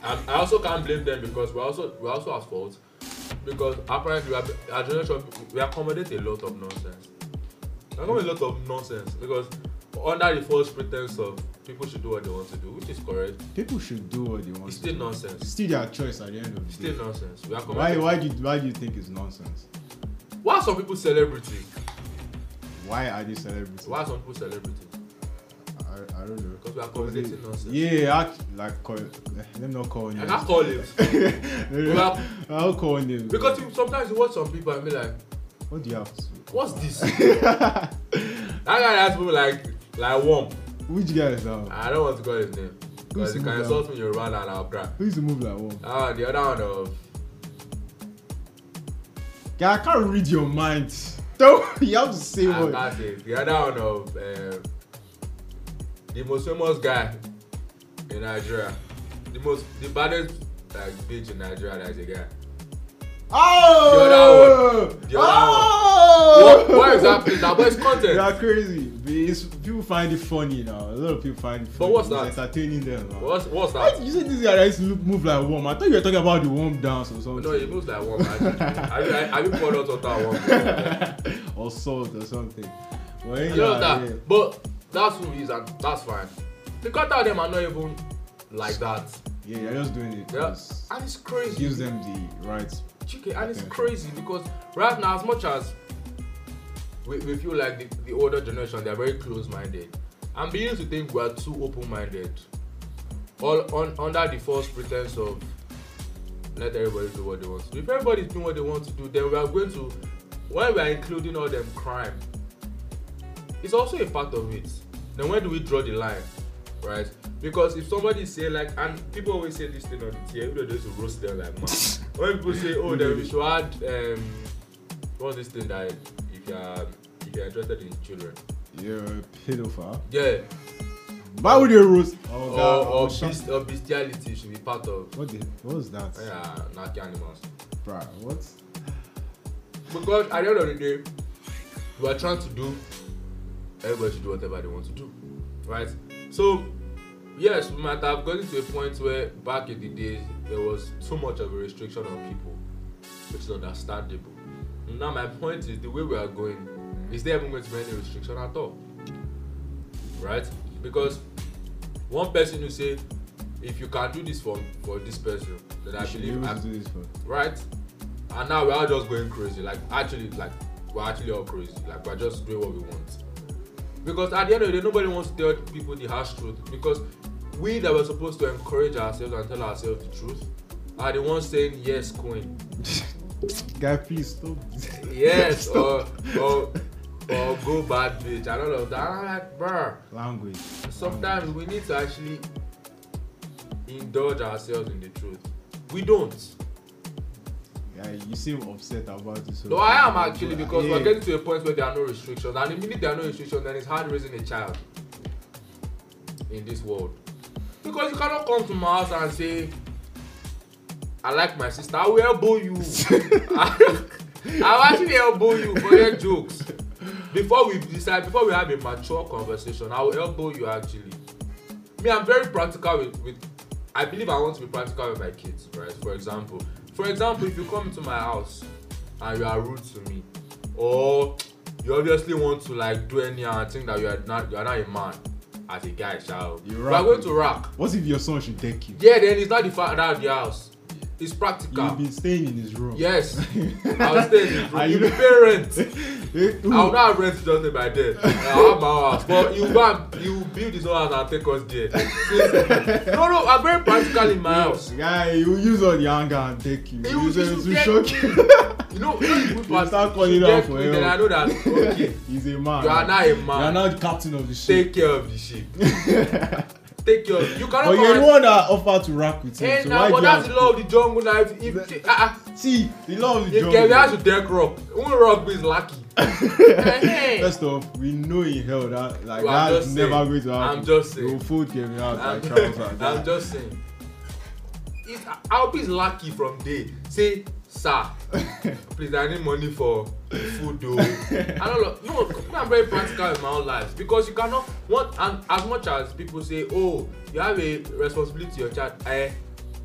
S1: And I also can't blame them because we're also we're also at fault because apparently we are, our generation we accommodate a lot of nonsense. We accommodate a lot of nonsense because under the false pretense of people should do what they want to do, which is correct,
S2: People should do what they want.
S1: it's
S2: to
S1: still
S2: do. It's
S1: nonsense.
S2: still their choice at the end of
S1: It's
S2: the
S1: still
S2: day.
S1: nonsense. We
S2: Why,
S1: accommodate.
S2: why, do, you- why do you think it's nonsense?
S1: Why are some people celebrities?
S2: Why are they celebrities?
S1: Why are some people celebrities?
S2: I, I don't know.
S1: Because we are accommodating nonsense.
S2: Yeah, act like call, let me not call
S1: I
S2: names.
S1: can't call it we are-
S2: I'll call names.
S1: because you, sometimes you watch some people and be like,
S2: what do you have to say?
S1: "What's this?" that guy has people like, like warm.
S2: Which guy is that? one?
S1: I don't want to call his name because
S2: Who's
S1: you can
S2: Mugabe?
S1: insult me in Yoruba and I'll cry.
S2: Who is the move like one?
S1: Ah, the other one of
S2: Guy, I can't read your mind. Don't you have to say
S1: I
S2: what?
S1: can't say it. the other one of um, the most famous guy in Nigeria, the most the baddest like bitch in Nigeria that is a guy.
S2: Oh!
S1: The other one. The other one.
S2: oh!
S1: What, what is happening? That boy's content.
S2: They are crazy. It's, people find it funny now. A lot of people find it funny.
S1: what's
S2: It's
S1: that?
S2: entertaining them. Now.
S1: What's what's
S2: Why
S1: that?
S2: did you say this guy likes to look- move like warm? I thought you were talking about the warm dance or something.
S1: No, it looks like warm. Actually, have you have you poured out water at warm? before?
S2: or salt or something. Well,
S1: I
S2: anyhow,
S1: love that.
S2: yeah.
S1: But that's who he is, and that's fine. The cut out them are not even like that.
S2: Yeah, they're just doing it.
S1: Yeah.
S2: 'cause
S1: And it's
S2: It
S1: crazy.
S2: gives them the right.
S1: Chicken, and it's
S2: attention.
S1: crazy because right now, as much as we, we feel like the, the older generation, they're very close minded. I'm beginning to think we are too open-minded. All on, under the false pretense of let everybody do what they want to do. If everybody's doing what they want to do, then we are going to when we are including all them crime, it's also a part of it. Then where do we draw the line? Right? Because if somebody say like and people always say this thing on the tier, people just roast them like man. when people say, Oh, then we should add um what's this thing that if you're if you're interested in children.
S2: You're a pedophile.
S1: Yeah.
S2: Why would you roast?
S1: Or,
S2: Oh, God,
S1: or,
S2: I'm shocked.
S1: beast, or bestiality should be part of
S2: What the? What was that?
S1: yeah, not animals.
S2: Bruh, what?
S1: Because at the end of the day, we are trying to do everybody should do whatever they want to do. Right? So yes, we might have gotten to a point where back in the day there was too much of a restriction on people, which is understandable. Now my point is the way we are going, is there even going to be any restriction at all? Right? Because one person who say if you can do this for for this person, then I
S2: You should be
S1: believe
S2: able
S1: I,
S2: to do this for.
S1: right? And now we're all just going crazy. Like actually, like we're actually all crazy. Like we're just doing what we want. Because at the end of the day, nobody wants to tell people the harsh truth. Because we that were supposed to encourage ourselves and tell ourselves the truth are the ones saying yes, queen,
S2: Guy, please stop. this.
S1: yes, uh, or or or go bad bitch, and all of that. I'm like, bruh.
S2: Language.
S1: sometimes we need to actually indulge ourselves in the truth. We don't.
S2: Yeah, you seem upset about this.
S1: No,
S2: whole
S1: I am
S2: thing.
S1: actually because we're getting to a point where there are no restrictions, and the minute there are no restrictions, then it's hard raising a child in this world. Because you cannot come to my house and say, "I like my sister," I will elbow you. I will actually elbow you for your jokes. Before we decide, before we have a mature conversation, I will elbow you actually. Me, I'm very practical with, with. I believe I want to be practical with my kids, right? For example, for example, if you come to my house and you are rude to me, or you obviously want to like do any and think that you are not you are not a man as a guy, child.
S2: You
S1: we are
S2: rock.
S1: going to rock.
S2: What if your son should deck you?
S1: Yeah, then it's not the father of the house. It's practical.
S2: You've been staying in his room.
S1: yes, I'll stay in his room.
S2: Are
S1: You
S2: you-
S1: be parent.
S2: Eh, ooh,
S1: I'll not have rent just in my day. I'll have my house. But you go and you build his own house and take us there. Seriously. no, no, I'm very practical in my house.
S2: Guy, you use all the anger and deck you.
S1: He
S2: Hmm. You
S1: will-
S2: use
S1: he
S2: it
S1: should
S2: to
S1: get-
S2: shock you.
S1: You know, you know the good part,
S2: start
S1: you
S2: calling
S1: get
S2: out for
S1: me,
S2: help.
S1: Then I know that okay,
S2: He's a man.
S1: you are not a
S2: You are
S1: man.
S2: now the captain of the ship.
S1: Take care of the sheep. take care. Of, you
S2: But
S1: cannot. come
S2: you're the
S1: and-
S2: one that offered to rock with him.
S1: Hey,
S2: so
S1: now,
S2: why
S1: but
S2: do you
S1: that's
S2: have
S1: the law of the jungle. Now, if, if,
S2: That-
S1: ah, ah,
S2: See, the law of the
S1: If Kevin has
S2: jungle.
S1: to deck rock, who rock is lucky? Eh, eh.
S2: First off, we know in hell that like
S1: Well, I'm
S2: that's
S1: just
S2: never
S1: saying.
S2: going to happen.
S1: I'm just saying.
S2: You'll fold Kevin out
S1: I'm,
S2: like trousers. like
S1: I'm
S2: that.
S1: just saying. It, Albi is lucky from day. Say, sir, please, I need money for food. Though. And all of, no, I'm very practical in my own life because you cannot want. And as much as people say, oh, you have a responsibility to your child. Eh,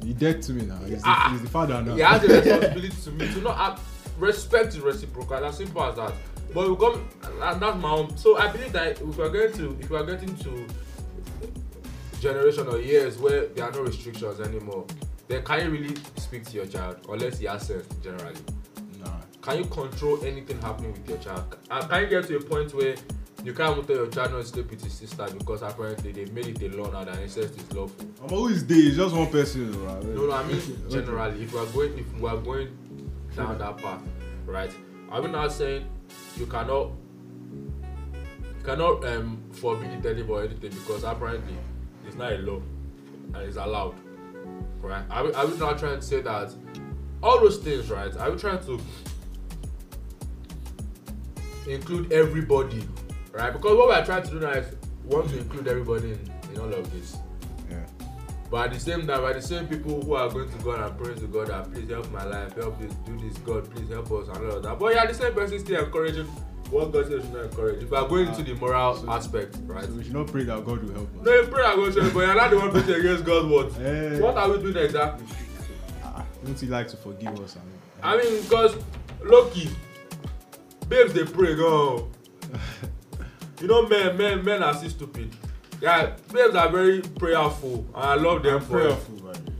S2: He dead to me now. He's,
S1: Ah.
S2: the, he's the father now.
S1: he has a responsibility to me to not have respect is reciprocal as simple as that but we come and that's my own so i believe that if we are getting to if we are getting to generation or years where there are no restrictions anymore then can you really speak to your child unless he has sense generally
S2: Nah.
S1: can you control anything happening with your child and can you get to a point where you can't even tell your child not to sleep with his sister because apparently they made it a law now that incest is lawful
S2: Omo, who is they? It's just one person. Right?
S1: No, no, I mean generally. If we are going, if we are going down that path, right? I'm not saying you cannot, you cannot um forbid it anymore or anything because apparently it's not a law and it's allowed, right? I will- I will not trying to say that all those things, right? I will try to include everybody, right? Because what we are trying to do now is we want to include everybody in, in all of this.
S2: Yeah.
S1: But at the same time, by the same people who are going to God and praying to God that please help my life, help this, do this, God, please help us, and all of that. But yeah, the same person still encouraging what God says should not encourage. If you are going into the moral aspect, right?
S2: So we should not pray that God will help us.
S1: No, you pray that God should, but you're not the one preaching against God's words.
S2: Eh.
S1: What are we doing exactly?
S2: Ah, Don't he like to forgive us? I mean,
S1: I mean, because Loki, babes, they pray, go. you know, men, men, men are still stupid. Yeah, babes are very prayerful, and I love them
S2: I'm
S1: for it.
S2: prayerful, man.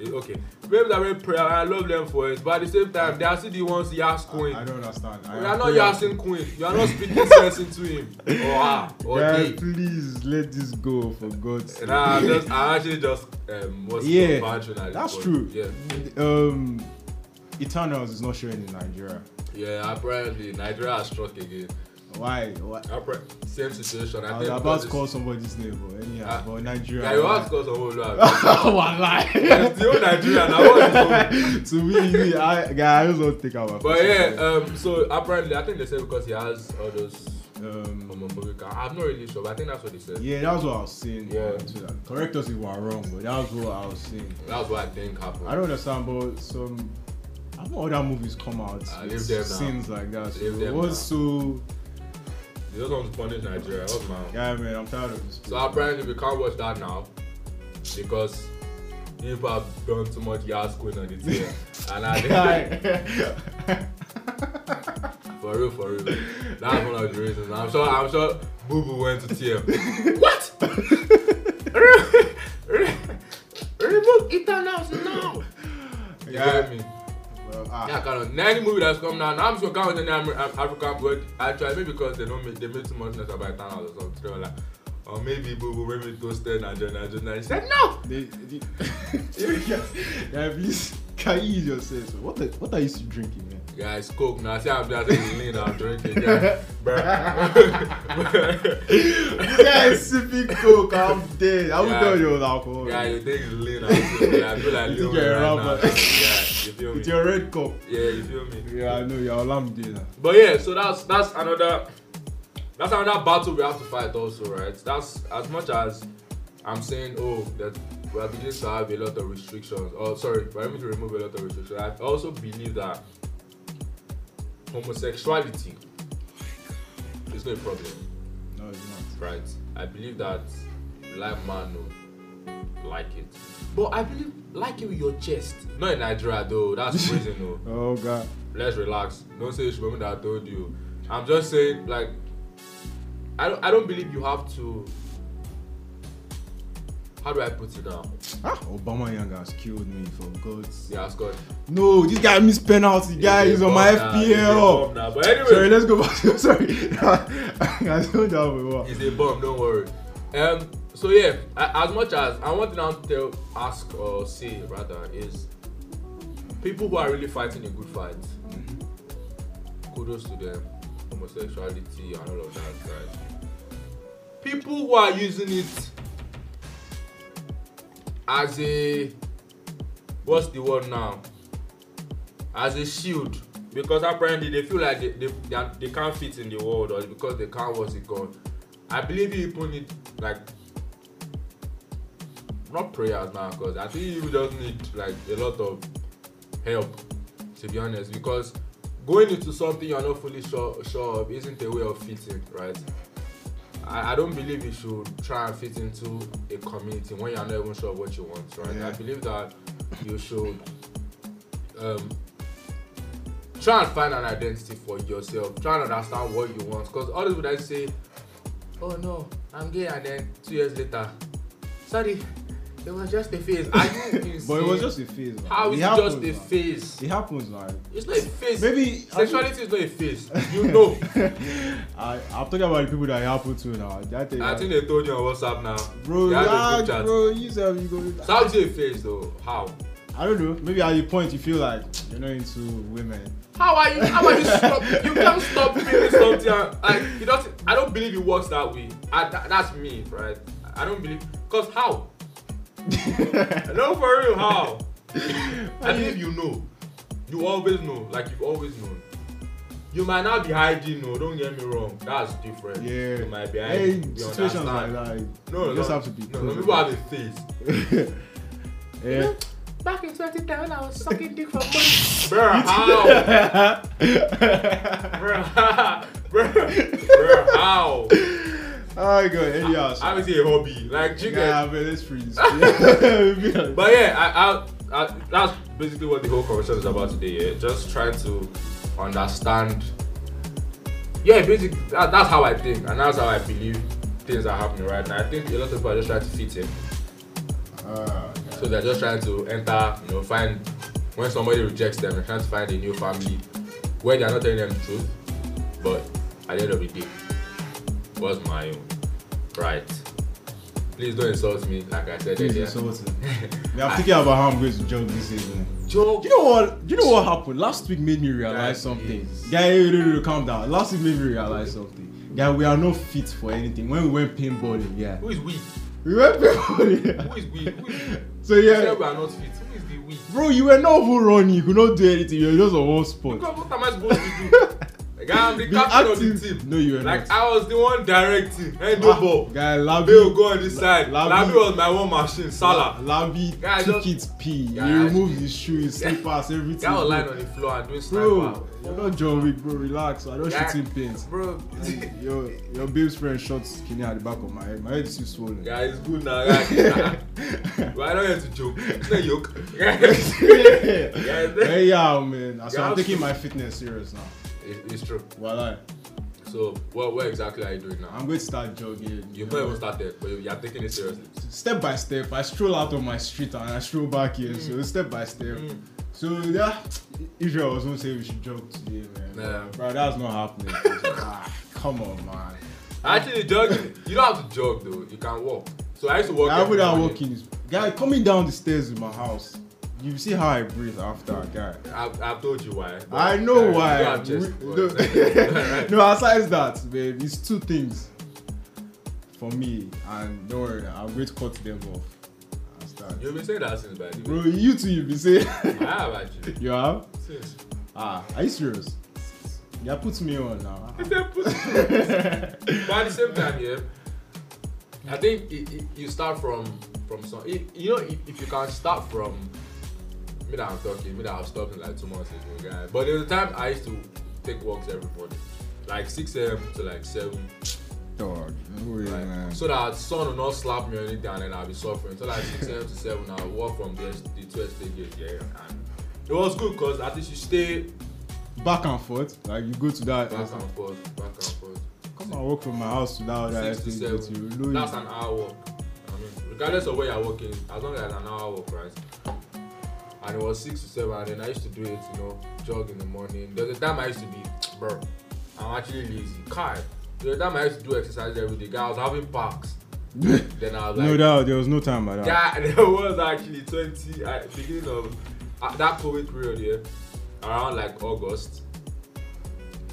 S1: Eh, Okay, babes are very prayer. I love them for it, but at the same time, they are still the ones yas queen.
S2: I don't understand. I
S1: You
S2: am
S1: are not
S2: praying.
S1: yassing queen. You are not speaking sense into him Oh, ah, or her or
S2: Guys,
S1: they.
S2: please let this go for God's sake.
S1: Nah, I'm just, I actually just um, was
S2: Yeah,
S1: bantering at this
S2: that's
S1: point.
S2: true.
S1: Yeah,
S2: Um, Eternals is not showing in Nigeria.
S1: yeah. Apparently, Nigeria has struck again.
S2: Why? Why?
S1: Appar- same situation. I,
S2: I was
S1: think
S2: about to
S1: because
S2: call somebody's name, but anyhow,
S1: Ah,
S2: but
S1: it's-
S2: Nigeria.
S1: Yeah, you
S2: why?
S1: have to call someone who have.
S2: Oh, I lie.
S1: It's the old Nigeria. Now what is wrong?
S2: to me, me, I, guy, I just don't think about.
S1: But yeah, um, so apparently, I think they said because he has all those
S2: um,
S1: homophobic. I'm not really sure, but I think that's what they said.
S2: yeah, that was what I was saying.
S1: Yeah.
S2: on Twitter. correct us if we are wrong, but that was what I was saying.
S1: That's what I think happened.
S2: I don't understand, but some I know other movies come out
S1: Ah,
S2: with
S1: leave them now.
S2: scenes like that. So
S1: Leave them
S2: what's
S1: now.
S2: so
S1: They just want to punish Nigeria. That's my own.
S2: yeah, man, I'm tired of this.
S1: So apparently, we can't watch that now because people have done too much yas queen on it here. and I think, for real, for real, that's one of the reasons. I'm sure, I'm sure, Boo Boo went to TM. what? Re- re- Remove Eternals now. You
S2: Yeah.
S1: get me?
S2: Well, ah,
S1: Yeah, kind of. Now any movie that's coming out, now I'm sure can't with any Amer- Af- African word. Actually, maybe because they don't make they make too much noise about Eternals or something or like. Or maybe Boo Boo maybe toasted and John and John and he said no.
S2: They, they, yeah, please, can you use yourself? So what, the, what are you still drinking, man?
S1: Yeah, it's coke now. See, I'm just lean and drinking. Yeah, bruh.
S2: Yes, sipping coke, I'm dead. I would
S1: Yeah.
S2: tell you on alcohol.
S1: yeah, you think it's lean and shit, yeah, I feel like
S2: You
S1: Lil
S2: think you're a
S1: Wayne right now.
S2: rapper.
S1: Yeah, you feel me?
S2: With your red cup.
S1: Yeah, you feel me?
S2: Yeah, I know, you're alarm dinner.
S1: But yeah, so that's that's another that's another battle we have to fight also, right? That's as much as I'm saying, oh, that we are beginning to have a lot of restrictions. Oh, sorry, we're having to remove a lot of restrictions. I also believe that homosexuality is not a problem,
S2: No, it's
S1: right? I believe that like man, no, like it. But I believe like it with your chest. Not in Nigeria though, that's prison though
S2: not. Oh, God.
S1: let's relax. Don't say it's women that I told you. I'm just saying, like, I don't, I don't believe you have to. How do I put it now?
S2: Ah, Obama Young has killed me for God's
S1: Yeah, Scott.
S2: No, this guy missed penalty. Guy
S1: It's
S2: is
S1: a
S2: on my
S1: bomb now, it's a bomb
S2: FPL.
S1: now. But
S2: Sorry,
S1: anyway,
S2: let's go back. to- Sorry, I don't know
S1: it's a bomb. Don't worry. Um. So yeah, a- as much as I want to now tell, ask or say rather is people who are really fighting a good fight. Kudos to them. Homosexuality and all of that, right? People who are using it as a what's the word now as a shield because apparently they feel like they they, they, are, they can't fit in the world or because they can't what's it called i believe you even need like not prayers now because i think you just need like a lot of help to be honest because going into something you're not fully sure, sure of isn't a way of fitting right I, I don't believe you should try and fit into a community when you're not even sure of what you want, right?
S2: Yeah.
S1: I believe that you should um, try and find an identity for yourself. Try and understand what you want. Because all people that say, oh no, I'm gay, and then two years later, sorry, it was just a phase. Are you insane?
S2: But it was just a phase. man.
S1: How is it
S2: happens,
S1: just a
S2: man.
S1: phase?
S2: It happens, man.
S1: It's not a phase.
S2: Maybe I think-
S1: Sexuality is not a phase. You know.
S2: I, I'm talking about the people that it happened to now. That thing,
S1: I
S2: like,
S1: think they told you on WhatsApp now.
S2: bro,
S1: They had a
S2: yeah,
S1: group chat.
S2: bro, you said you go.
S1: So how do you face though? How?
S2: I don't know. Maybe at the point you feel like you're not into women.
S1: How are you? How are you stop? You can't stop feeling something. and, Like it doesn't. I don't believe it works that way. I, that, that's me, right? I don't believe. Cause how? no, for real, how? I believe you know. You always know. Like you've always known. You might not be hiding, no. Don't get me wrong. That's different.
S2: Yeah.
S1: You might be
S2: hey,
S1: hiding. you
S2: situations like
S1: understand.
S2: that.
S1: No,
S2: you
S1: no,
S2: just
S1: no,
S2: have to be.
S1: No, no,
S2: cool.
S1: people have a face.
S2: yeah.
S1: Back in 2010 when I was sucking dick for money. Bruh, how? Bruh, how? Bruh, bruh, how?
S2: Oh god, anyhow. so-
S1: I would say a hobby. Like, chicken.
S2: Yeah, man, let's freeze. Yeah.
S1: But yeah, I, I, I, that's basically what the whole conversation is about today. Yeah? Just trying to understand. Yeah, basically, that, that's how I think, and that's how I believe things are happening right now. I think a lot of people are just trying to fit in.
S2: Ah, yeah.
S1: So they're just trying to enter, you know, find when somebody rejects them, they're trying to find a new family where they're not telling them the truth. But at the end of the day, what's my own? Right. Please don't insult me, like I said
S2: Please
S1: earlier.
S2: insult him. Yeah, I'm thinking about how I'm going to jog this season.
S1: Joke.
S2: You know what? You know what happened? Last week made me realize
S1: That
S2: something.
S1: is-
S2: Guy, hey, no, no, no, calm down. Last week made me realize something. Guy, we are not fit for anything. When we went paintballing, yeah,
S1: Who is we?
S2: we went paintballing.
S1: Who is we? Who is we?
S2: So
S1: You said
S2: yeah,
S1: we are not fit. Who is the we?
S2: bro, you were not even running. You could not do anything. You were just on one spot.
S1: Because what am I supposed to do? Like, I'm the
S2: Be
S1: captain of the
S2: active.
S1: team.
S2: No, you were
S1: Like
S2: not.
S1: I was the one directing. Hey,
S2: Ah,
S1: no ball.
S2: Guy, Labi.
S1: Bill go on this side.
S2: Labi-
S1: Labi was my one machine. Salah.
S2: Labi
S1: Guy, I
S2: took
S1: just-
S2: it pee.
S1: Guy,
S2: he
S1: I-
S2: removed his shoe, his slippers, everything.
S1: Guy was lying on the floor and doing sniper.
S2: Bro, you're not John Wick, bro. Relax. I don't
S1: Guy-
S2: shoot in paint.
S1: Bro,
S2: Your your babe's friend shot skinny at the back of my head. My head is still swollen.
S1: guy, it's good now. Guy. But I don't have to joke. It's not yoke. Guys,
S2: hey, yeah, man. So
S1: Yeah,
S2: I'm taking
S1: so-
S2: my fitness serious now.
S1: It- it's true.
S2: Voila.
S1: So, what, what exactly are you doing now?
S2: I'm going to start jogging.
S1: You've not even started, but you- you're taking it seriously.
S2: step by step. I stroll out on my street and I stroll back here. So step by step.
S1: Mm.
S2: So yeah, Israel was gonna say we should jog today, man.
S1: Nah.
S2: Bro, that's not happening. ah, come on, man.
S1: Actually, jogging, you don't have to jog though. You can walk. So, I used to walk.
S2: I
S1: every
S2: would have
S1: morning.
S2: walking. is- Guy, coming down the stairs in my house. You see how I breathe after, guy.
S1: I've, I've told you why. but-
S2: I know
S1: Guys,
S2: why.
S1: You don't have chest,
S2: We-
S1: but- Alright.
S2: no, no, aside that, babe, it's two things for me, and don't worry, I'm going to cut them off. I'll start.
S1: You've been saying that since, by the way.
S2: Bro, you too, you be saying.
S1: I have actually.
S2: you have?
S1: Since.
S2: Ah, are you serious? Yeah, put me on now.
S1: It's a pussy. but at the same time, yeah, I think it, it, you start from from some. If, you know, if, if you can start from me that I'm talking, me that I've stopped in like two months ago, guy. But there was a time I used to take walks every morning, like six a.m. to like seven,
S2: Dog, no way,
S1: right?
S2: man.
S1: So that sun will not slap me or anything, and then I'll be suffering. So like six a.m. to seven, I'll walk from the the two estate gate, yeah, and. It was good because at least you stay
S2: Back and forth, like you go to that.
S1: back and forth, back and forth.
S2: Come and walk from my house to that other
S1: six to
S2: estate.
S1: seven.
S2: that You know
S1: That's
S2: you-
S1: an hour walk. I mean, regardless of where you're working, as long as it's an hour walk, right? And it was six to seven, and then I used to do it, you know, jog in the morning. There's a time I used to be, bro, I'm actually lazy. Kai. There's a time I used to do exercise every day. Guy, I was having parks. Then I was like,
S2: no doubt, there was no time by that.
S1: yeah, there was actually 20 at the beginning of at that COVID period, yeah, around like August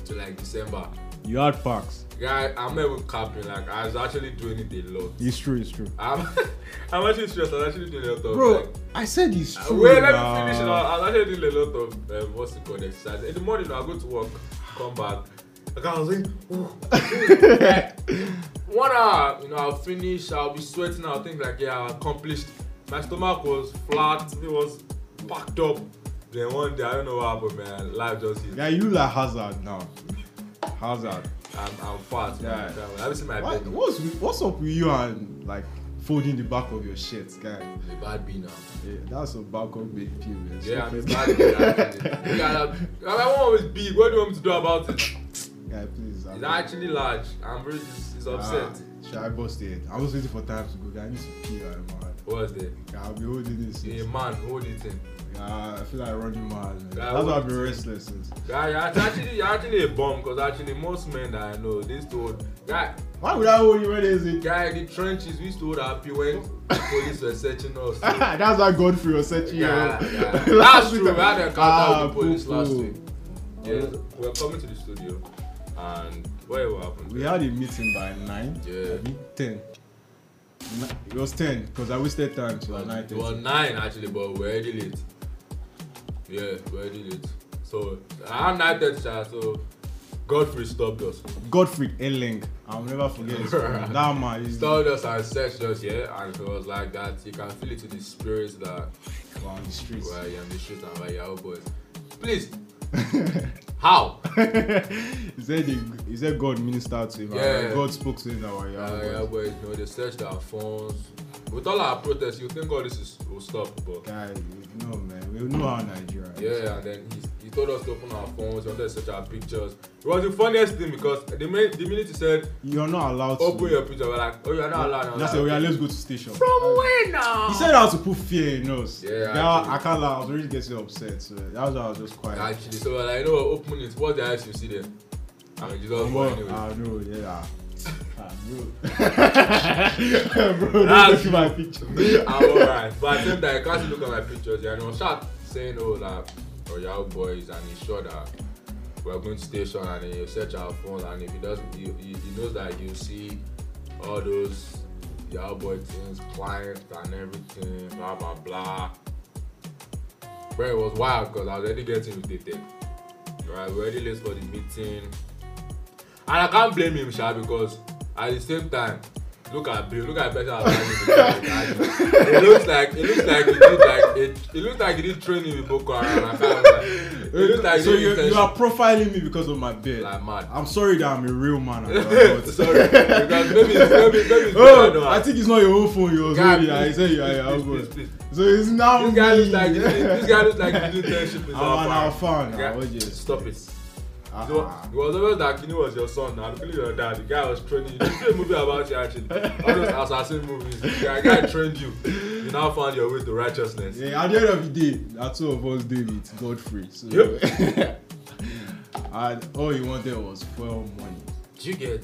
S1: to like December.
S2: You had parks.
S1: Guy, I'm not even capping. Like, I was actually doing it a lot.
S2: It's true, it's true.
S1: I'm, I'm actually stressed. I'm actually doing a lot of like,
S2: Bro, I said it's
S1: uh,
S2: true.
S1: wait, let
S2: nah.
S1: me finish. Now. I'm actually doing a lot of um, what's it called exercise. In the morning, I go to work, come back. Like I was like, "Oh." one hour, you know, I'll finish. I'll be sweating. I'll think like, yeah, I accomplished. My stomach was flat. It was packed up. Then one day, I don't know what happened, man. Life just hit.
S2: Yeah, you like Hazard now. Hazard.
S1: I'm, I'm fat. Man.
S2: Yeah.
S1: I haven't seen my
S2: What,
S1: bed.
S2: what's with- what's up with you and like folding the back of your shirt, guy?
S1: I'm a bad bee now.
S2: Yeah, that's a back of big pill, man.
S1: Yeah, I'm a
S2: Stop
S1: bad bee. actually. Yeah, I- I won't always big. What do you want me to do about it?
S2: it. Guy, please. I'm-
S1: It's actually large. I'm really it's, it's upset.
S2: Ah, shit, I busted. I was waiting for time to go. guy. I need to pee, like, man.
S1: What's that?
S2: Guy, I'll be holding this.
S1: Yeah, man, hold it in.
S2: Yeah, I feel like running mad. Man.
S1: Guy,
S2: That's why I've
S1: what-
S2: been restless since.
S1: Guy, you're actually you're actually a bum because actually most men that I know, they used to hold guy
S2: Why would I hold you when there's a
S1: guy in the trenches we used to hold happy when police were searching us. Yeah,
S2: That's why Godfrey was searching you.
S1: yeah. That's
S2: Last week
S1: true. We
S2: I-
S1: had an encounter
S2: Ah,
S1: with the police last
S2: poo-poo.
S1: week. Yeah, we were coming to the studio and whatever happened.
S2: We had a meeting by nine.
S1: Yeah.
S2: Abi? Ten. Ni- It was ten because I wasted time to like nine
S1: It was
S2: thirty.
S1: nine actually, but we're already late. Yeah, we're already late. So around nine thirty, sha, so Godfrey stopped us.
S2: Godfrey Elling. I'll never forget his name. That man is
S1: Stopped us and searched us, yeah, and it was like that. You can feel it in the spirits that
S2: on the streets.
S1: were in the street and were your boys. Please, how?
S2: he said he, he said God ministered to him. and
S1: Yeah.
S2: God spoke to him that "Oh, way.
S1: Uh, yeah, boys, you know, they searched our phones. With all our protests, you think all this is, will stop, but
S2: Guy, no man, we know how Nigeria. is.
S1: yeah, and then he, he He told us to open our phones. He wanted to search our pictures. It was the funniest thing because the minute, the minute he said,
S2: You're not allowed to.
S1: open your picture, we're like, oh, you're not allowed. And I was
S2: That's it.
S1: like,
S2: Yeah, let's go to station.
S1: From where now?
S2: He said how to put fear in us.
S1: Yeah,
S2: That-
S1: actually.
S2: I can't lie. I was already getting upset. So that was why I was just quiet.
S1: Actually, so we're like, you know what, open it. What's the eyes you see there? I mean, Jesus,
S2: Bro,
S1: well, anyway.
S2: ah, no, yeah. Ah, bro. bro, don't
S1: That's
S2: look at my
S1: Me,
S2: picture.
S1: I'm alright. But at the same time, you can't look at my pictures. You know, start saying, oh, like, oh, y'all boys, and he's sure that we're going to station and then you search our phone. And if he does, he, he, he knows that you see all those y'all boy things, clients and everything, blah, blah, blah. Bro, it was wild because I was already getting irritated. Right, we're already late for the meeting. And I can't blame him, Sha, because at the same time, look at Bill, look at Better It looks like it looks like he did like it, it looks like he did training with Boko Haram. I can't lie. It looks like
S2: so
S1: he did
S2: you, you
S1: intention-
S2: are profiling me because of my beard.
S1: like mad.
S2: I'm sorry that I'm a real man. I'm not.
S1: Sorry, because maybe maybe maybe it's
S2: oh,
S1: Boko
S2: I
S1: Haram.
S2: think it's not your own phone. Yours.
S1: Guy,
S2: Yeah, I
S1: please,
S2: said you are
S1: please,
S2: your
S1: please,
S2: husband.
S1: please, please.
S2: So it's now
S1: This guy
S2: me.
S1: looks like he did- this guy looks like he did internship with
S2: I'm an alpha now,
S1: Guy-
S2: oh, yes.
S1: Stop it.
S2: Ah,
S1: So, it was always that Kini was your son now, because your dad, the guy was training you. Did you see a movie about you actually? All those assassin movies. The guy, guy trained you. You now found your way to righteousness.
S2: Yeah, at the end of the day, that two of us did it, Godfrey. So, and all he wanted was fuel money.
S1: Did you get?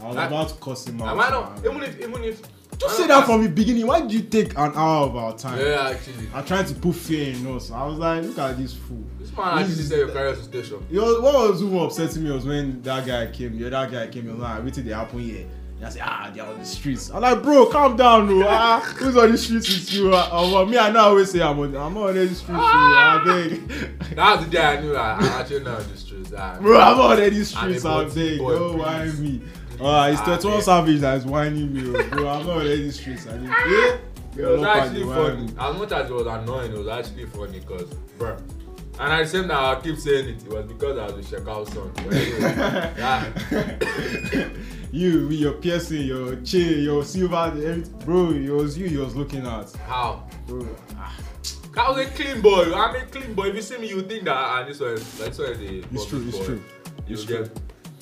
S2: I was
S1: That-
S2: about to cuss him out.
S1: Am I not?
S2: man.
S1: Even if, even if.
S2: Just
S1: I
S2: say
S1: don't-
S2: that from the beginning. Why did you take an hour of our time?
S1: Yeah, actually.
S2: I'm trying to put fear in us. I was like, look at this fool.
S1: This man actually
S2: This-
S1: said your career to station.
S2: You know, what was even upsetting me was when that guy came, the other guy came, he was like, wait till they happen here. And I said, ah, they're on the streets. I'm like, bro, calm down, bro. Ah, who's on the streets with you? Ah, ah, well, me, I know I always say I'm, on, I'm not on any streets, bro. I beg.
S1: That's the day I knew I, I actually know the streets. ah.
S2: Bro, I'm not on any streets,
S1: boy,
S2: I beg.
S1: boy,
S2: Don't
S1: please.
S2: whine me. Uh, it's
S1: Ah,
S2: 31
S1: man.
S2: Savage that's whining me, oh, bro. I'm not on any streets. I mean, eh?
S1: Ah, It
S2: You're
S1: was
S2: not
S1: actually
S2: funny, whine
S1: funny.
S2: me.
S1: As much as it was annoying, it was actually funny because, bruh. And I said that I keep saying it, it was because I was a Shekau son. But anyway, yeah.
S2: You, with your piercing, your chain, your silver, everything. Bro, it was you he was looking at.
S1: How?
S2: Bro, ah,
S1: I was a e clean boy. I'm a clean boy. If you see me, you think that ah, this one, is- this one is a.
S2: It's true, it's
S1: boy.
S2: true.
S1: You
S2: It's
S1: get.
S2: true.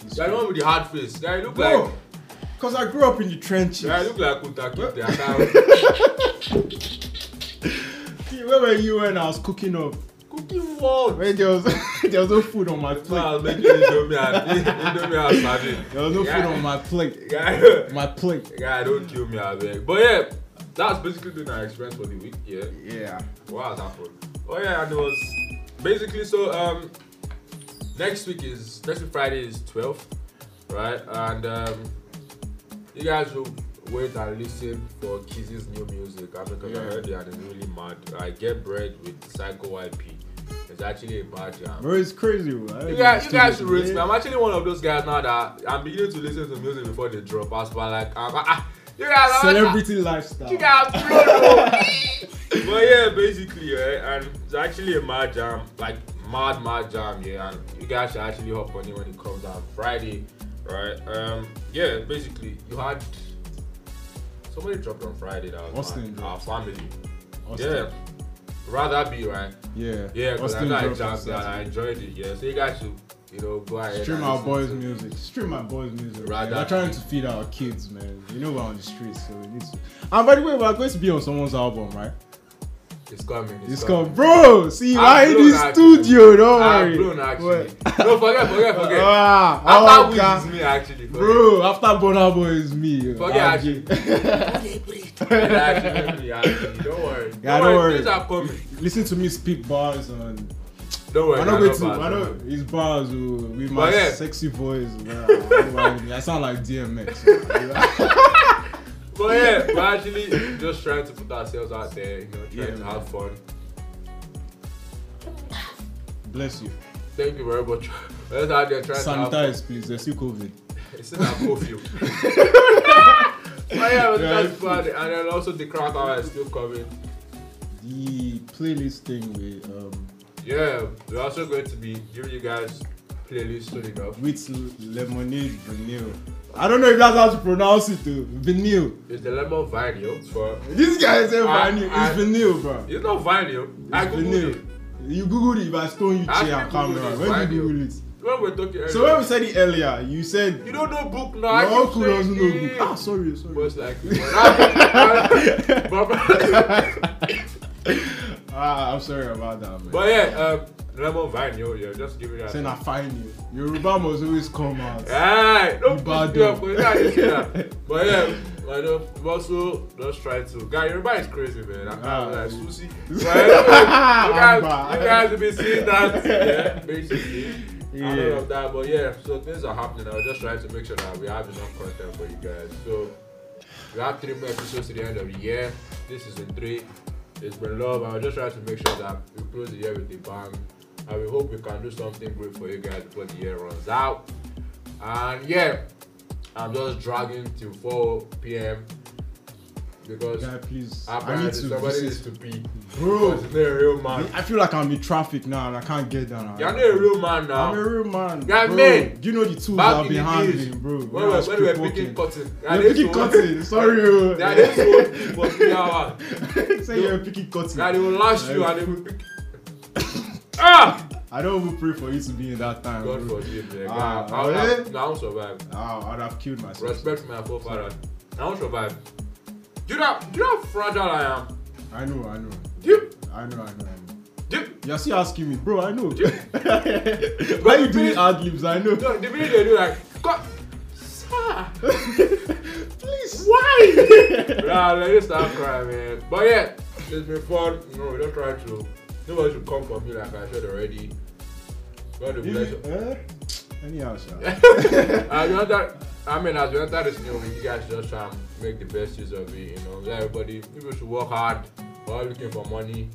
S2: It's
S1: You're the one with the hard face. Yeah, you look like.
S2: Bro, because I grew up in the trenches.
S1: Yeah, you look like Kunta Kinte. I can't-
S2: Where were you when I was cooking up?
S1: Cooking world.
S2: When there was there was no food on my
S1: So I
S2: plate.
S1: was making Indomie and Indomie and sardine.
S2: There was no
S1: Yeah.
S2: food on my plate.
S1: Guy,
S2: My plate.
S1: guy, don't kill me, I beg. But yeah, that's basically been our experience for the week. Yeah.
S2: Yeah.
S1: What has happened? Oh yeah, and it was basically so. Um, next week is next week Friday is 12th, right? And um, you guys will wait and listen for Kizzy's new music uh, because I
S2: Yeah.
S1: heard they are really mad. I get bread with Psycho YP. It's actually a bad jam.
S2: Bro, it's crazy. Bro. I
S1: You
S2: don't
S1: guys, you
S2: even
S1: guys should
S2: still-
S1: rate me. I'm actually one of those guys now that I'm beginning to listen to music before they drop. As far like, I'm, I, I, you guys, I'm- ah,
S2: Celebrity lifestyle.
S1: you got blown up. But yeah, basically, yeah, and it's actually a mad jam, like mad, mad jam, yeah. And you guys should actually hop on it when it comes out Friday, right? Um, yeah, basically, you had somebody dropped on Friday that was
S2: Austin
S1: mad. our family,
S2: Austin.
S1: yeah. Rather be right,
S2: Yeah.
S1: yeah, because I
S2: Austin
S1: know I
S2: Drop
S1: jammed
S2: was
S1: and I enjoyed it, yeah. So you guys should, you know, go ahead.
S2: Stream
S1: and
S2: our
S1: listen
S2: boys'
S1: to-
S2: music. Stream our boys' music.
S1: Right,
S2: We're
S1: that-
S2: trying to feed our kids, man. You know we're on the streets, so we need to. And by the way, we're going to be on someone's album, right?
S1: It's coming.
S2: It's called, bro. See, why
S1: I'm
S2: in
S1: blown,
S2: the
S1: actually.
S2: studio? Don't
S1: I'm
S2: worry.
S1: blown actually.
S2: What?
S1: No, forget, forget, forget.
S2: Ah,
S1: After
S2: oh,
S1: Wiz
S2: God.
S1: is me actually. Forget.
S2: Bro, after Bonner Boy is me. Ah,
S1: Forget
S2: I'll
S1: actually.
S2: get-
S1: It's actually me, actually. Don't worry.
S2: Yeah,
S1: don't
S2: don't
S1: worry.
S2: worry.
S1: Things are coming.
S2: Listen to me speak bars on.
S1: Don't worry.
S2: I know
S1: they're
S2: going to.
S1: bad,
S2: I
S1: don't
S2: know
S1: worry.
S2: his bars oh, with my
S1: yeah.
S2: sexy voice. Bro, I don't worry. I sound like DMX.
S1: But yeah, we're actually just trying to put ourselves out there, you know, trying
S2: Yeah,
S1: to
S2: man.
S1: have fun.
S2: Bless you.
S1: Thank you very much. We're just out there trying to have
S2: Sanitize, please. There's still COVID.
S1: It's in our curfew. but yeah, we're
S2: Yeah,
S1: just fun. And then also the crack hour is still coming.
S2: The playlist thing with um,
S1: Yeah, we're also going to be giving you guys playlist soon enough.
S2: with lemonade vanilla. I don't know if that's how to pronounce it though. Vanilla.
S1: It's the lemon vine, yo, but
S2: This guy is
S1: I-
S2: vanilla.
S1: I-
S2: It's vanilla, bro.
S1: it's not vine, yo. I
S2: It's vanilla.
S1: googled it.
S2: You googled it, but I stone you
S1: I
S2: chair and
S1: actually Googled
S2: camera.
S1: it,
S2: When
S1: why
S2: did you google it?
S1: When we're talking
S2: So when we said it earlier, you said
S1: you don't know book now. I
S2: your
S1: keep
S2: uncle doesn't know
S1: saying
S2: book.
S1: it.
S2: Ah, sorry, sorry.
S1: Most likely. But- but-
S2: Ah, I'm sorry about that, man.
S1: but yeah, um, lemon vine, yo, yo, just give it
S2: Saying
S1: that.
S2: I find you. Yoruba must always come out.
S1: Hey, don't
S2: Bad
S1: piss me off,
S2: dog.
S1: but it's not this year. But yeah, I know. Also, just try to. Guy, your mind is crazy, man. I
S2: Ah.
S1: can't like sushi. But anyway, you guys,
S2: Amba.
S1: you guys will be seeing that. Yeah, basically. I don't
S2: Yeah.
S1: know of that, but yeah. So things are happening. I was just trying to make sure that we have enough content for you guys. So we have three more episodes to the end of the year. This is in three. It's been love. I was just trying to make sure that we close the year with a bang. And we hope we can do something great for you guys before the year runs out. And yeah, I'm just dragging till 4 p.m. because
S2: Guy, please. I
S1: apparently
S2: need to
S1: Ah, somebody
S2: visit.
S1: needs to pee.
S2: Bro.
S1: Because you're not a real man.
S2: I feel like I'm in traffic now and I can't get down.
S1: You're not a real man
S2: I'm a
S1: now.
S2: real man.
S1: Guy,
S2: bro.
S1: man.
S2: Do you know the tools
S1: Back
S2: I've
S1: in
S2: been
S1: the
S2: handling,
S1: days,
S2: bro?
S1: when
S2: I
S1: we're,
S2: was
S1: when we're
S2: street
S1: picking
S2: walking.
S1: cotton,
S2: You're picking cotton. Sorry, oh. bro.
S1: That is what people three hours.
S2: Say you're picking cotton.
S1: That they will lash you and they will pick. ah!
S2: I don't even pray for you to be in that time.
S1: God
S2: bro.
S1: forgive me.
S2: Ah,
S1: Ah, I'll,
S2: eh?
S1: I'll, I'll survive.
S2: Ah, I'd have killed myself.
S1: Respect my forefathers. I won't survive. Do you know, do you know how fragile I am?
S2: I know, I know.
S1: Do you,
S2: I know, I know, I know.
S1: do you,
S2: You're still asking me, bro. I know. Why you doing ad libs? I know.
S1: no, the minute they do like, God, sir,
S2: Please.
S1: why? nah, let me start crying, man. But yeah, it's been fun. You know, we don't try to, nobody should come for me like I said already. God will bless you.
S2: Eh? Anyhow, sha.
S1: As you enter, I mean, as you enter this new week, you guys just try and make the best use of it. You know, let everybody, people should work hard. We're all looking for money.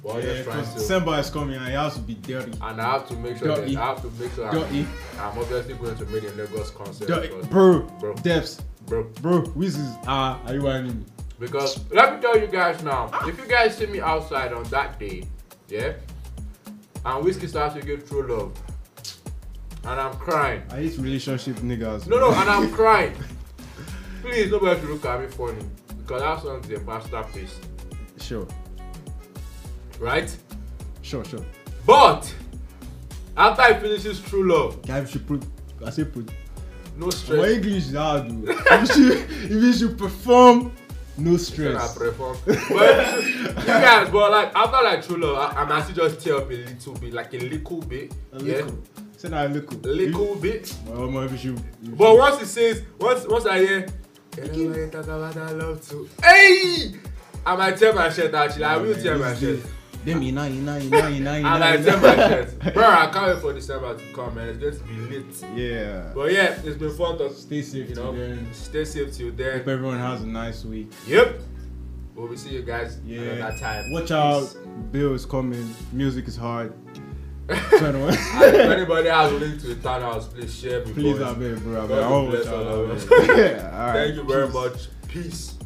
S1: We're all
S2: Yeah,
S1: just trying
S2: 'cause E.
S1: to. Ah,
S2: December is coming and it has to be dirty.
S1: and I have to make sure
S2: Dirty.
S1: that I have to make sure
S2: Dirty.
S1: I'm, I'm obviously going to make a Lagos concert
S2: Dirty.
S1: because,
S2: Bro,
S1: Bro.
S2: Depths.
S1: bro,
S2: E. Bro, whiz is ah, are you whining me?
S1: because let me tell you guys now, if you guys see me outside on that day, yeah, and whiskey starts to get true love, and I'm crying,
S2: I hate relationship niggas.
S1: no, no, and I'm crying. Please, nobody should look at me funny because that song is a masterpiece,
S2: Sure,
S1: right?
S2: sure, sure.
S1: But after he finishes True Love,
S2: Guy, if you put, I say put.
S1: no
S2: My
S1: stress.
S2: English is hard, dude. if, you, if you should perform, no
S1: Then I
S2: stress.
S1: perform. But you guys, but like after like True Love, I, I might still just tear up a little bit, like a little bit,
S2: A
S1: yeah,
S2: little. Say that a little.
S1: little bit.
S2: Well, my, if you should. if you
S1: But
S2: should-
S1: once it says, once once I hear, everybody talk about that love too. Hey, I might tear my shirt actually. I will
S2: Man,
S1: tear my shirt.
S2: this day, Them ina ina ina ina ina.
S1: And I
S2: ina.
S1: tear my shirt. Bro, I can't wait for December to come, man. It's going to be lit.
S2: Yeah.
S1: But yeah, it's been fun to
S2: Stay safe,
S1: you know,
S2: today.
S1: stay safe till then.
S2: Hope everyone has a nice week.
S1: Yep. Well, we see you guys
S2: Yeah.
S1: another time.
S2: Watch
S1: Peace.
S2: out. Bill is coming. Music is hard. Turn on.
S1: And if anybody has a link to the town house, please share. with
S2: Please,
S1: us.
S2: I beg, bro. I beg.
S1: God
S2: I won't
S1: bless
S2: watch out.
S1: all of
S2: I
S1: us.
S2: beg. Yeah, all right.
S1: Thank you very
S2: Peace.
S1: much. Peace.